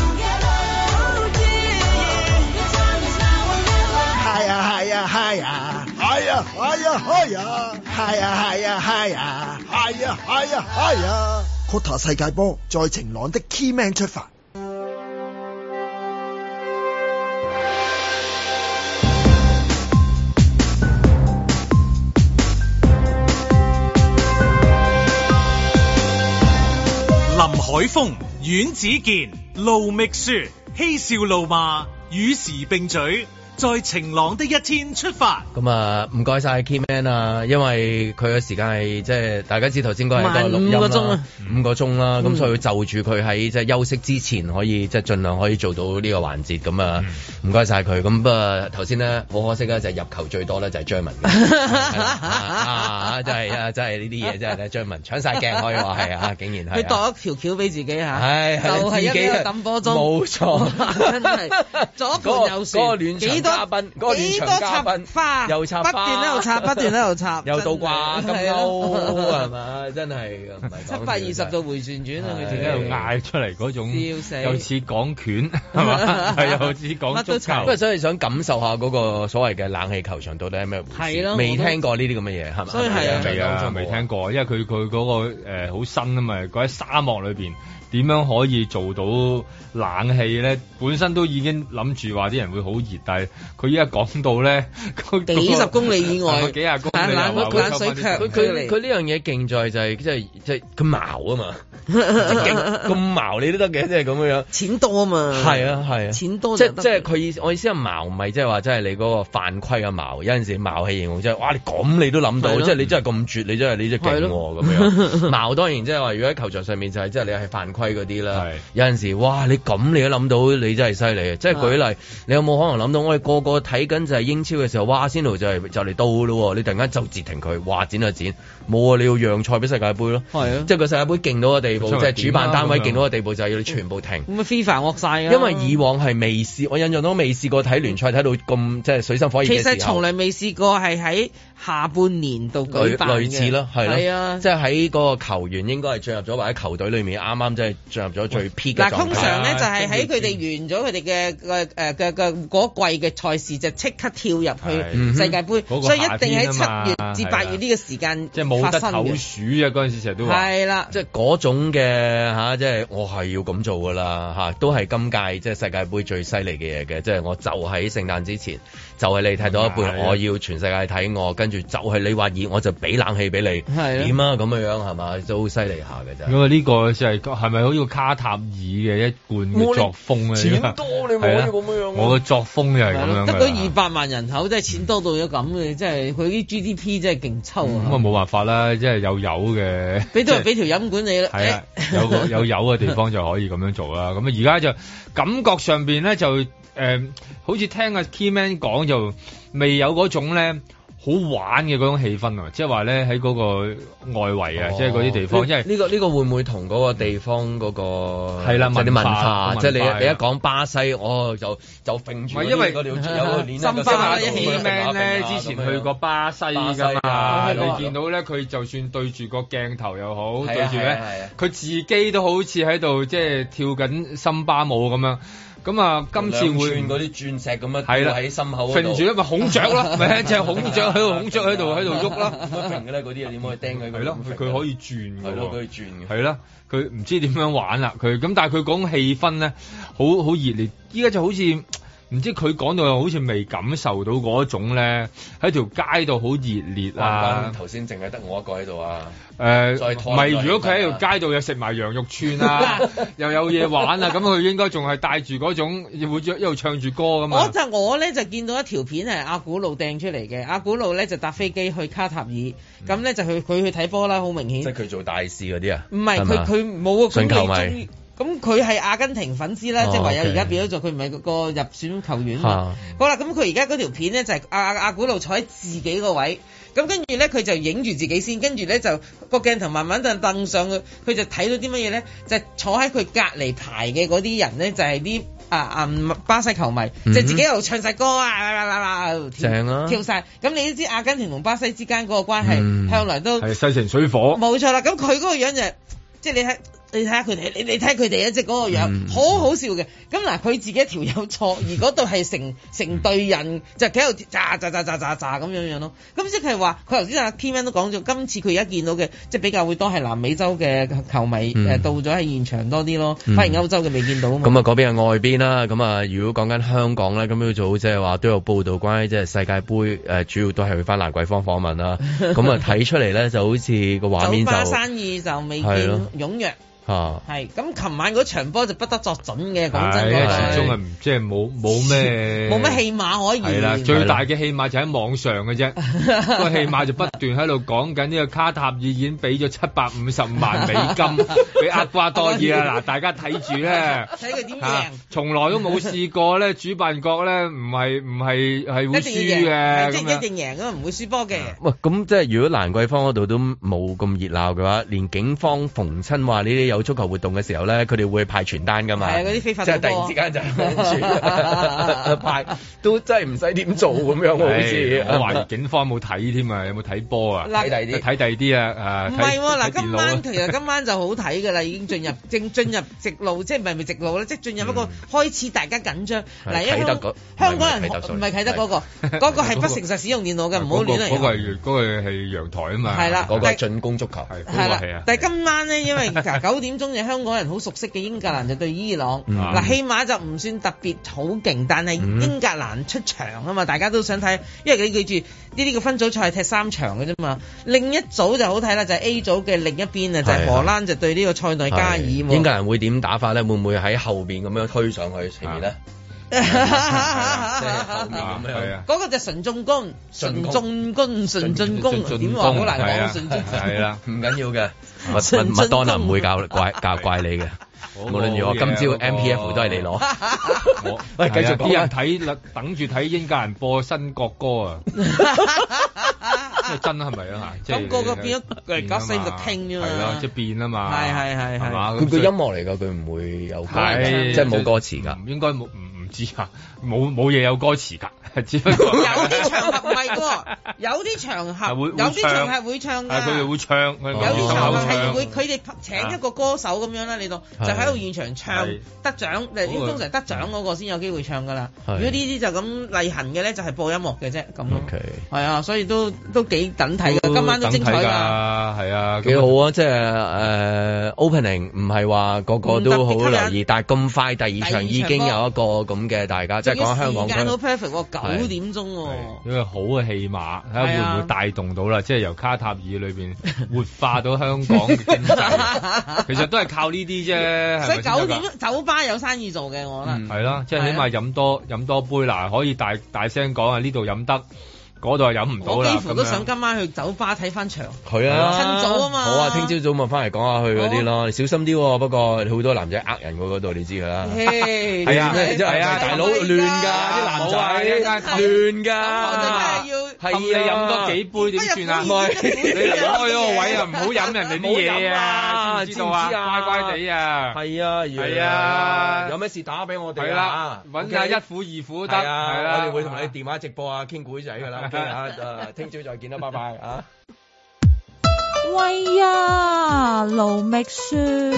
Q: 係啊係啊係啊，係啊係啊係啊，係啊係啊係啊，係啊係啊係啊。Kota 世界波，在晴朗的 Key Man 出發。
A: 林海峰、阮子健、路觅雪，嬉笑怒罵，與時並舉，在晴朗的一天出發。
C: 咁啊，唔該晒 Keyman 啊，因為佢嘅時間係即係大家知頭先嗰係一個錄音
E: 慢五個鐘
C: 啦
E: 啊，
C: 五個鐘啦，咁
E: 嗯
C: 所以就住佢喺即係休息之前可以即係盡量可以做到呢個環節，咁啊唔該晒佢。咁不過頭先咧好可惜啊咧，就係入球最多咧就係張文
E: *laughs*
C: 嘅係啦啊啊，真係啊真係呢啲嘢真係咧，張文搶晒鏡可以話係啊，竟然係啊。
E: 佢度一條橋俾自己嚇，
C: 係係
E: 啊就係一
C: 自己
E: 個
C: 啊
E: 抌波鐘，
C: 冇錯
E: *laughs* 真係左
C: 嗰個
E: 盤右旋，
C: 嗰個暖場
E: 幾多
C: 嘉賓嗰個暖
E: 幾
C: 場
E: 多
C: 嘉
E: 插
C: 賓
E: 花，
C: 又插花
E: 不斷喺度
C: *laughs*
E: 插，不斷喺度插，
C: 又倒
E: 真係
C: 掛金鈎
E: 係咯
C: 係嘛？真係唔
E: *laughs*
C: 係
E: 七
C: 講
E: 百
C: 笑
E: 二十度回旋轉啊！佢
C: 係
E: 自己
D: 喺度嗌出嚟嗰種，
E: 笑死
D: 又似講拳係嘛，係又似講足球
C: 不。過所以想感受下嗰個所謂嘅冷氣球場到底係咩回事？
E: 係咯
C: 未
E: 我都
C: 聽過呢啲咁嘅嘢係嘛？
E: 所以係啊
D: 未啊，未聽過，因為佢佢嗰個誒好新啊嘛，佢喺沙漠裏邊點樣可以做到冷氣咧？本身都已經諗住話啲人會好熱，但係佢依家講到咧，嗰個
E: 幾十公里以外
D: 係幾廿公
C: 啊
D: 里
E: 冷
D: 又話會
E: 冷水
D: 收
E: 卻
D: 返啲
C: 佢
D: 水
C: 佢佢呢樣嘢勁在就係即係即係佢矛啊嘛，即係勁咁矛你都得嘅，即係咁樣。
E: 錢多啊嘛，
C: 係啊係啊，
E: 錢多
C: 即
E: 就
C: 係
E: 得
C: 即係佢意思，我意思係矛唔係即係話即係你嗰個犯規嘅矛，有陣時矛係形容即係哇你咁你都諗到，
E: 係咯
C: 即係你真係咁絕，你真係你真係勁喎咁樣。矛當然即係話如果喺球場上面就係即係你係犯規嗰啲啦，有陣時哇你咁你都諗到，你真係犀利啊！即係舉例，你有冇可能諗到我哋個個睇緊就係英超嘅時候，哇仙奴就係就嚟到咯喎，你突然間就截停佢，哇剪就剪，冇啊你要讓賽俾世界盃咯，
E: 係啊
C: 即係個世界盃勁到嘅地步，
E: 出
C: 即
E: 嚟
C: 係
E: 點
C: 主辦單位
E: 啦咁樣
C: 勁到嘅地步就係要你全部停。
E: 咁啊非凡惡晒啊！
C: 因為以往係未試，我印象中未試過睇聯賽睇到咁即係水深火熱嘅
E: 其
C: 時候。
E: 實從來未試過係喺下半年度舉
C: 類
E: 辦嘅
C: 類似咯，係
E: 係
C: 咯
E: 啊，，
C: 即係喺嗰個球員應該係進入咗，或者球隊裏面啱啱即係進入咗最 peak 嘅狀態
E: 嗱，通常
D: 啊
E: 咧就係喺佢哋完咗佢哋嘅嘅誒嘅嘅嗰季嘅賽事就即刻跳入
D: 係嗯
E: 去世界盃，
D: 嗰個
E: 所以一定喺
D: 夏
E: 七
D: 天啊嘛
E: 月至八月呢個時
D: *laughs*
E: 間
D: 即係冇得
E: 發生
D: 唞
E: 嘅
D: 暑啊！嗰陣時成日都話。
E: 係啦，
C: 即係嗰種嘅嚇、即係我係要咁做噶啦嚇，都係今屆即係世界盃最犀利嘅嘢嘅，即係我就喺聖誕之前，就係、你睇
E: 哦
C: 到一半，
D: 係啊
C: 我要全世界睇我，跟住就係你話熱，我就俾冷氣俾你，
D: 係啊
C: 點啊咁樣樣係嘛，都好犀利下嘅真係
D: 因啊為呢個就係係咪好似卡塔爾嘅一貫嘅作風咧？
E: 錢多你咪可以
D: 係啊
E: 咁樣樣咯
D: 我嘅作風就係咁樣
E: 得
D: 㗎
E: 到二百萬人口，真係錢多到咗咁嘅，真係佢啲 GDP 真係勁抽
D: 咁啊
E: 啊！
D: 冇辦法啦，即係有油嘅，
E: 俾
D: 即
E: 到
D: 係
E: 人俾條飲管你啦，
D: 係
C: 哎
D: 啊，
E: 誒
D: 有個有油嘅地方就可以咁樣做啦。咁啊，而家就感覺上邊咧就誒、好似聽阿 Keyman 講就未有嗰種咧好玩嘅嗰種氣氛啊，即係話咧喺嗰個外圍
C: 哦
D: 啊，即係嗰啲地方，因為
C: 呢呢個呢個會唔會同嗰個地方嗰個
D: 係啦
C: 即係啲
D: 文
C: 文
D: 化
C: 化，
D: 個
C: 即係你
D: 文化
C: 你一
D: 係啦
C: 講巴西，我就就揈住
D: 唔
C: 嗰
D: 係
C: 啲，
D: 因為
C: 嗰條有個鏈
D: 心花
C: 一
D: 一起咩咧？之前去過巴西㗎嘛，
C: 巴西㗎啊哦
D: 你見到咧，佢就算對住個鏡頭又好，
C: 係啊
D: 對住
C: 係啊係啊
D: 咧，佢自己都好似喺度即係跳緊森巴舞咁樣。咁啊，今次會
C: 嗰啲鑽石咁樣
D: 係啦
C: 吊喺心口嗰度
D: 揈住咧，咪孔雀 *laughs* 咯，咪一隻孔雀喺度，孔雀喺度喺度喐啦。
C: 揈嘅咧，嗰啲嘢點可以
D: *laughs*
C: 釘佢？
D: 係咯，佢佢可以轉㗎
C: 係咯，佢可以
D: 喎，
C: 轉嘅。
D: 係啦，佢唔知點樣玩啦，佢咁但係佢講氣氛咧，好好熱烈，依家就好似唔知佢講到好似未感受到嗰種咧，喺條街度好熱烈
C: 啊
D: 啊！！
C: 頭先淨係得我一個喺度啊！
D: 誒，
C: 再
D: 唔
C: 拖
D: 係
C: 落去
D: 如果佢
C: 得
D: 喺
C: 啦
D: 條街度又食埋羊肉串 *laughs* 啊，又有嘢玩啊，咁佢應該仲係帶住嗰種會一路唱住歌
C: 啊
D: 噶
E: 我
D: 嘛。
E: 就我咧就見到一條片係阿古路掟出嚟嘅，阿古路咧就搭飛機去卡塔爾，咁咧就去佢去睇波啦，好明
C: 嗯即係
E: 顯。
C: 佢做大事嗰啲啊？
E: 唔係佢佢冇啊，佢
C: 信球
E: 未中
C: 迷
E: 意。咁佢係阿根廷粉絲啦，
C: 哦
E: 即係唯有
C: OK
E: 而家變咗做佢唔係個入選球員嘛。好啦，咁佢而家嗰條片咧就係阿阿阿古路坐喺自己個位，咁跟住咧佢就影住自己先，跟住咧就個鏡頭慢慢就蹬上去，佢就睇到啲乜嘢咧？就係坐喺佢隔離排嘅嗰啲人咧，就係啲啊啊巴西球迷，
C: 嗯哼
E: 就自己喺度唱晒歌啊啦啦啦啦喺度跳
C: 正啊
E: 跳晒。咁你都知阿根廷同巴西之間嗰個關係、
D: 嗯
E: 向來都
D: 係勢成水火，
E: 冇錯啦，咁佢嗰個樣就係即係你睇。你睇下佢哋，你你睇下佢哋一隻嗰個樣，
D: 嗯
E: 好好笑嘅。咁嗱，佢自己一條友坐，而嗰度係成成隊人就喺度喳喳喳喳喳喳咁樣樣咯。咁即係話，佢頭先阿 Kman 都講咗，今次佢而家見到嘅即係比較會多係南美洲嘅球迷誒、
C: 嗯
E: 到咗喺現場多啲咯，
C: 嗯
E: 反而歐洲嘅未見到啊嘛。
C: 咁啊，嗰邊係外邊啦。咁啊，如果講緊香港咧，咁朝早即係話都有報道關於即係世界盃誒、呃主要都係去翻蘭桂坊訪
E: *laughs*
C: 問啦。咁啊，睇出嚟咧就好似個
D: 啊
C: 畫面
E: 酒
C: 就
E: 吧生意就未見
C: 係咯
E: 踴躍，
C: 啊
E: 係咁。琴晚嗰場波就不得作準嘅，講真
D: 係
E: 嗰
D: 啊始終係
E: 場
D: 唔即係冇冇咩
E: *laughs* 冇乜戲碼可以。
D: 係啦，最大嘅戲碼就喺網上嘅啫，
E: *laughs*
D: 個戲碼就不斷喺度講緊呢個卡塔爾已經俾咗七百五十萬美
E: *laughs*
D: 金俾厄瓜多爾啊！嗱，大家睇住咧。
E: 睇佢點
D: 啊
E: 贏。！
D: 從來都冇試過咧，主辦國咧唔係唔係係會
E: 一定
D: 輸
E: 要贏，
D: 嘅
E: 係即
D: 咁
E: 係
D: 樣
E: 一。定贏啊，唔會輸波嘅。
C: 喂，咁即係如果蘭桂坊嗰度都冇咁熱鬧嘅話，連警方逢親話呢啲有足球活動嘅時候咧，佢哋會派傳單㗎嘛？
E: 係啊嗰啲非法
C: 即係
E: 賭
C: 突
E: 波
C: 然之間就係 *laughs* 派，都真係唔使點做咁
D: 哎
C: 樣喎，好
E: *laughs*
C: 似啊
D: 係我懷疑警方冇睇添啊，有冇睇波啊？
E: 嗱
C: 睇第啲
D: 睇第二啲啊！
E: 唔
D: 誒，
E: 係喎，
D: 睇
E: 嗱，
D: 睇
E: 今
D: 電腦啊
E: 晚其實今晚就好睇㗎啦，已經進入正進入直路，即係唔係咪直路咧？即係進入一個開始大家緊張。嗱，因為
C: 啟德
E: 香香港
C: 嗰唔係
E: 人
C: 啟德
E: 唔
C: sorry，
E: 係啟德嗰個，
D: 係
E: 嗰個係不誠實使用
D: *laughs*
E: 電腦嘅，唔好亂
D: 嗰個
E: 嚟。
D: 係嗰個係陽台啊嘛。
E: 係啦嗰個係但
C: 進攻足球。
D: 係嗰
E: 係
D: 個
E: 啦
D: 係啊，。
E: 但係今晚咧，因為 *laughs* 嗱九點鐘就香港人好熟悉嘅英格蘭就對伊朗，
D: 嗯
E: 嗱起碼就唔算特別好勁，但係
D: 嗯
E: 英格蘭出場啊嘛，大家都想睇，因為你記住呢啲個分組賽係踢三場嘅啫嘛，另一組就好睇啦，就係 A 組嘅另一邊啊，就係荷蘭就對呢個塞內加爾喎。 *laughs*
C: 英格蘭會點打法咧？會唔會喺後邊咁樣推上去前面咧？
D: 啊
C: 即係後面咁
D: 係啊
C: 樣。
E: 嗰個就純進攻，
C: 純
E: 純進
C: 攻
E: 攻，純進攻，點話好難講純進攻。
D: 係啦，
C: 唔緊要嘅，麥
E: 純進
C: 麥麥當娜
E: 攻
C: 唔會教怪教怪你嘅。
D: 嗰個
C: 無論如何，
D: 好嘢
C: 今朝
D: 嗰個
C: M P F 都係你
E: 啊
C: 攞。
D: 我
C: 喂繼
D: 係啊
C: 續講
D: 啲人
C: 啊
D: 睇等住睇英格蘭播新國歌啊！即係真係咪啊？嚇即係
E: 咁個個變咗
D: 變
E: 九四六聽啫嘛
D: 係咯，即係變啊嘛。
E: 係係係係
D: 係嘛？
C: 佢
D: 咁
C: 佢
D: 所以
C: 音樂嚟㗎，佢唔會有歌㗎，
D: 係
C: 即係冇歌詞㗎。
D: 唔應該冇唔唔知啊，冇冇嘢有歌詞㗎，只不過
E: 有啲場合唔係喎，有啲場合
D: 係會
E: 有啲場合會唱
D: 係佢哋
E: 㗎。
D: 會唱，佢
E: 有
D: 哋
E: 啲場合係會
D: 會
E: 佢哋請一個歌手咁樣啦，你當就
D: 係
E: 喺度現場唱
D: 係
E: 得獎，
D: 嗰個
E: 通常得獎嗰個先有機會唱㗎啦。
C: 係
E: 如果呢啲就咁例行嘅咧，就係播音樂嘅啫咁咯。
C: OK。
E: 係啊，所以都都幾等睇
D: 都
E: 㗎，今晚都精彩
D: 等睇㗎
E: 㗎。
D: 係啊，
C: 幾好啊！即係誒、opening 唔係話個個都好留意，但係咁快第二場已經有一個咁嘅大家，即係講香港
E: 時間好
C: 區。
E: perfect 喎，九
C: 係
E: 點鐘喎。
D: 因為好嘅戲碼，睇下
E: 係啊
D: 會唔會帶動到啦，即係由卡塔爾裏邊 *laughs* 活化到香港嘅經濟，其實都係靠呢啲啫，係
E: *laughs* 所
D: 咪先得
E: 以九
D: 㗎嗯
E: 點酒吧有生意做嘅，我覺得。
D: 係啦，即係起碼飲多飲多杯嗱，可以大大聲講啊，呢度飲得，嗰度係飲唔到
E: 我
D: 啦。
E: 幾乎都
D: 咁樣
E: 想今晚去酒吧睇翻場。
C: 佢啊，
E: 趁早啊嘛
C: 好啊，聽朝早咪翻嚟講下佢嗰啲咯，你小心啲喎。不過好多男仔呃人喎，嗰度你知㗎啦。
E: 嘿
C: 係啊，
E: 真係
C: 係啊，大佬亂㗎，啲男
D: 冇啊一陣
C: 仔
D: 間
C: 亂㗎，
D: 氹
C: 啊
D: 你飲多幾杯點算啊？
C: 唔係
D: 你離開嗰個位啊，唔好飲人哋啲嘢啊，知唔知道
C: 知唔知
D: 啊？
C: 啊
D: 乖乖地啊，
C: 係啊，
D: 係啊
C: 有咩事打俾我哋
D: 係啦
C: 啊，
D: 揾
C: OK？
D: 下一苦二苦都得，
C: 係啊，
D: 係啦，
C: 我哋會同你電話直播啊，傾古仔㗎啦。OK 啊，誒，聽朝再見啦，拜拜啊。
S: 喂呀，盧覓雪。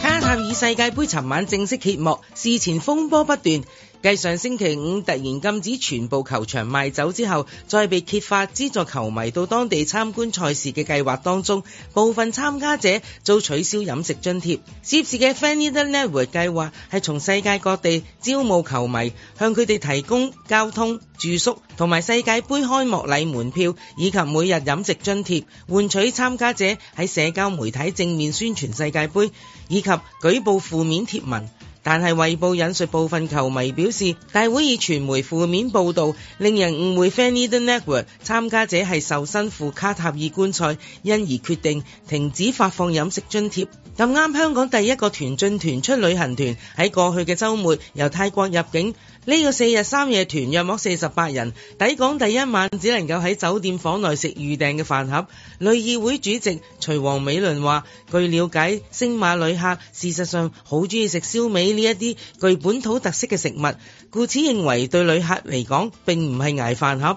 E: 卡塔爾世界盃尋晚正式揭幕，事前風波不斷，繼上星期五突然禁止全部球場賣酒之後，再被揭發資助球迷到當地參觀賽事嘅計劃當中，部分參加者遭取消飲食津貼。涉事嘅 Fan i t e r Network 計劃係從世界各地招募球迷，向佢哋提供交通、住宿同埋世界盃開幕禮門票，以及每日飲食津貼，換取參加者喺社交媒體正面宣傳世界盃，以及舉報負面貼文。但係衛報引述部分球迷表示，大會以傳媒負面報導，令人誤會 Fanny the Network 參加者係受薪赴卡塔爾觀賽，因而決定停止發放飲食津貼。咁啱香港第一個團進團出旅行團喺過去嘅週末由泰國入境，呢、個四日三夜團約莫四十八人，抵港第一晚只能夠喺酒店房內食預訂嘅飯盒。旅議會主席徐王美倫話：據了解，星馬旅客事實上好中意食燒味呢一啲具本土特色嘅食物，故此認為對旅客嚟講並唔係捱飯盒。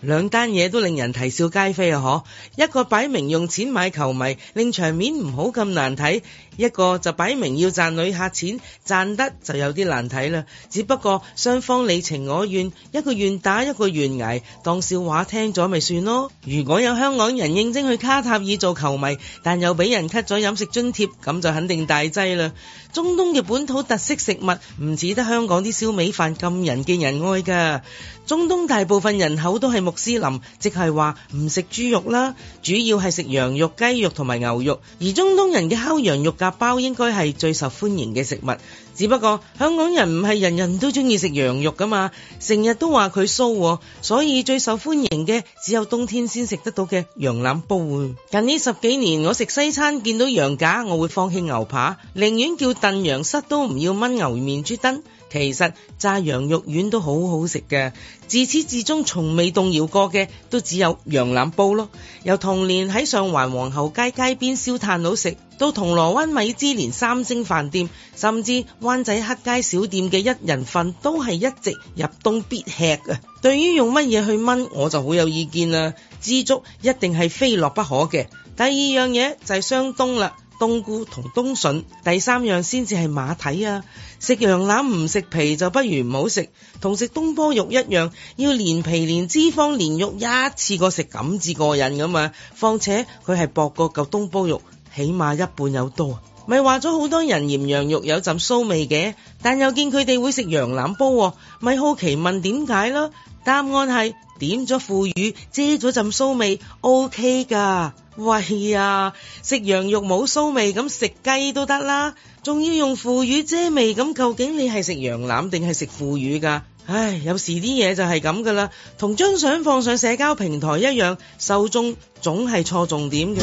E: 兩單嘢都令人啼笑皆非啊！嗬，一個擺明用錢買球迷，令場面唔好咁難睇；一個就擺明要賺旅客錢，賺得就有啲難睇啦。只不過雙方你情我願，一個願打一個願捱，當笑話聽咗咪算咯。如果有香港人應徵去卡塔爾做球迷，但又俾人 cut 咗飲食津貼，咁就肯定大劑啦。中東嘅本土特色食物唔似得香港啲燒味飯咁人見人愛㗎。中東大部分人口都係穆斯林，即係話唔食豬肉啦，主要係食羊肉、雞肉同埋牛肉。而中東人嘅烤羊肉夾包應該係最受歡迎嘅食物。只不過香港人唔係人人都中意食羊肉㗎嘛，成日都話佢騷喎，所以最受歡迎嘅只有冬天先食得到嘅羊腩煲啊。近呢十幾年，我食西餐見到羊架，我會放棄牛扒，寧願叫燉羊膝都唔要炆牛面豬燈。其實炸羊肉丸都好好食嘅，自始至終從未動搖過嘅都只有羊腩煲咯。由童年喺上環皇后街街邊燒炭佬食，到銅鑼灣米芝蓮三星飯店，甚至灣仔黑街小店嘅一人份，都係一直入冬必吃啊！對於用乜嘢去炆，我就好有意見啦。枝竹一定係非落不可嘅。第二樣嘢就係雙冬啦。冬菇同冬筍，第三樣先至係馬蹄啊！食羊腩唔食皮就不如唔好食，同食東坡肉一樣，要連皮連脂肪連肉一次過食咁至過癮㗎嘛！況且佢係薄過嚿東坡肉，起碼一半有多。咪話咗好多人嫌羊肉有陣騷味嘅，但又見佢哋會食羊腩煲喎，咪好奇問點解啦？答案係點咗腐乳，遮咗陣騷味，OK 㗎。喂呀，食羊肉冇騷味，咁食雞都得啦，仲要用腐乳遮味，咁究竟你係食羊腩定係食腐乳㗎？唉，有時啲嘢就係咁㗎啦，同張相放上社交平台一樣，受眾總係錯重點嘅。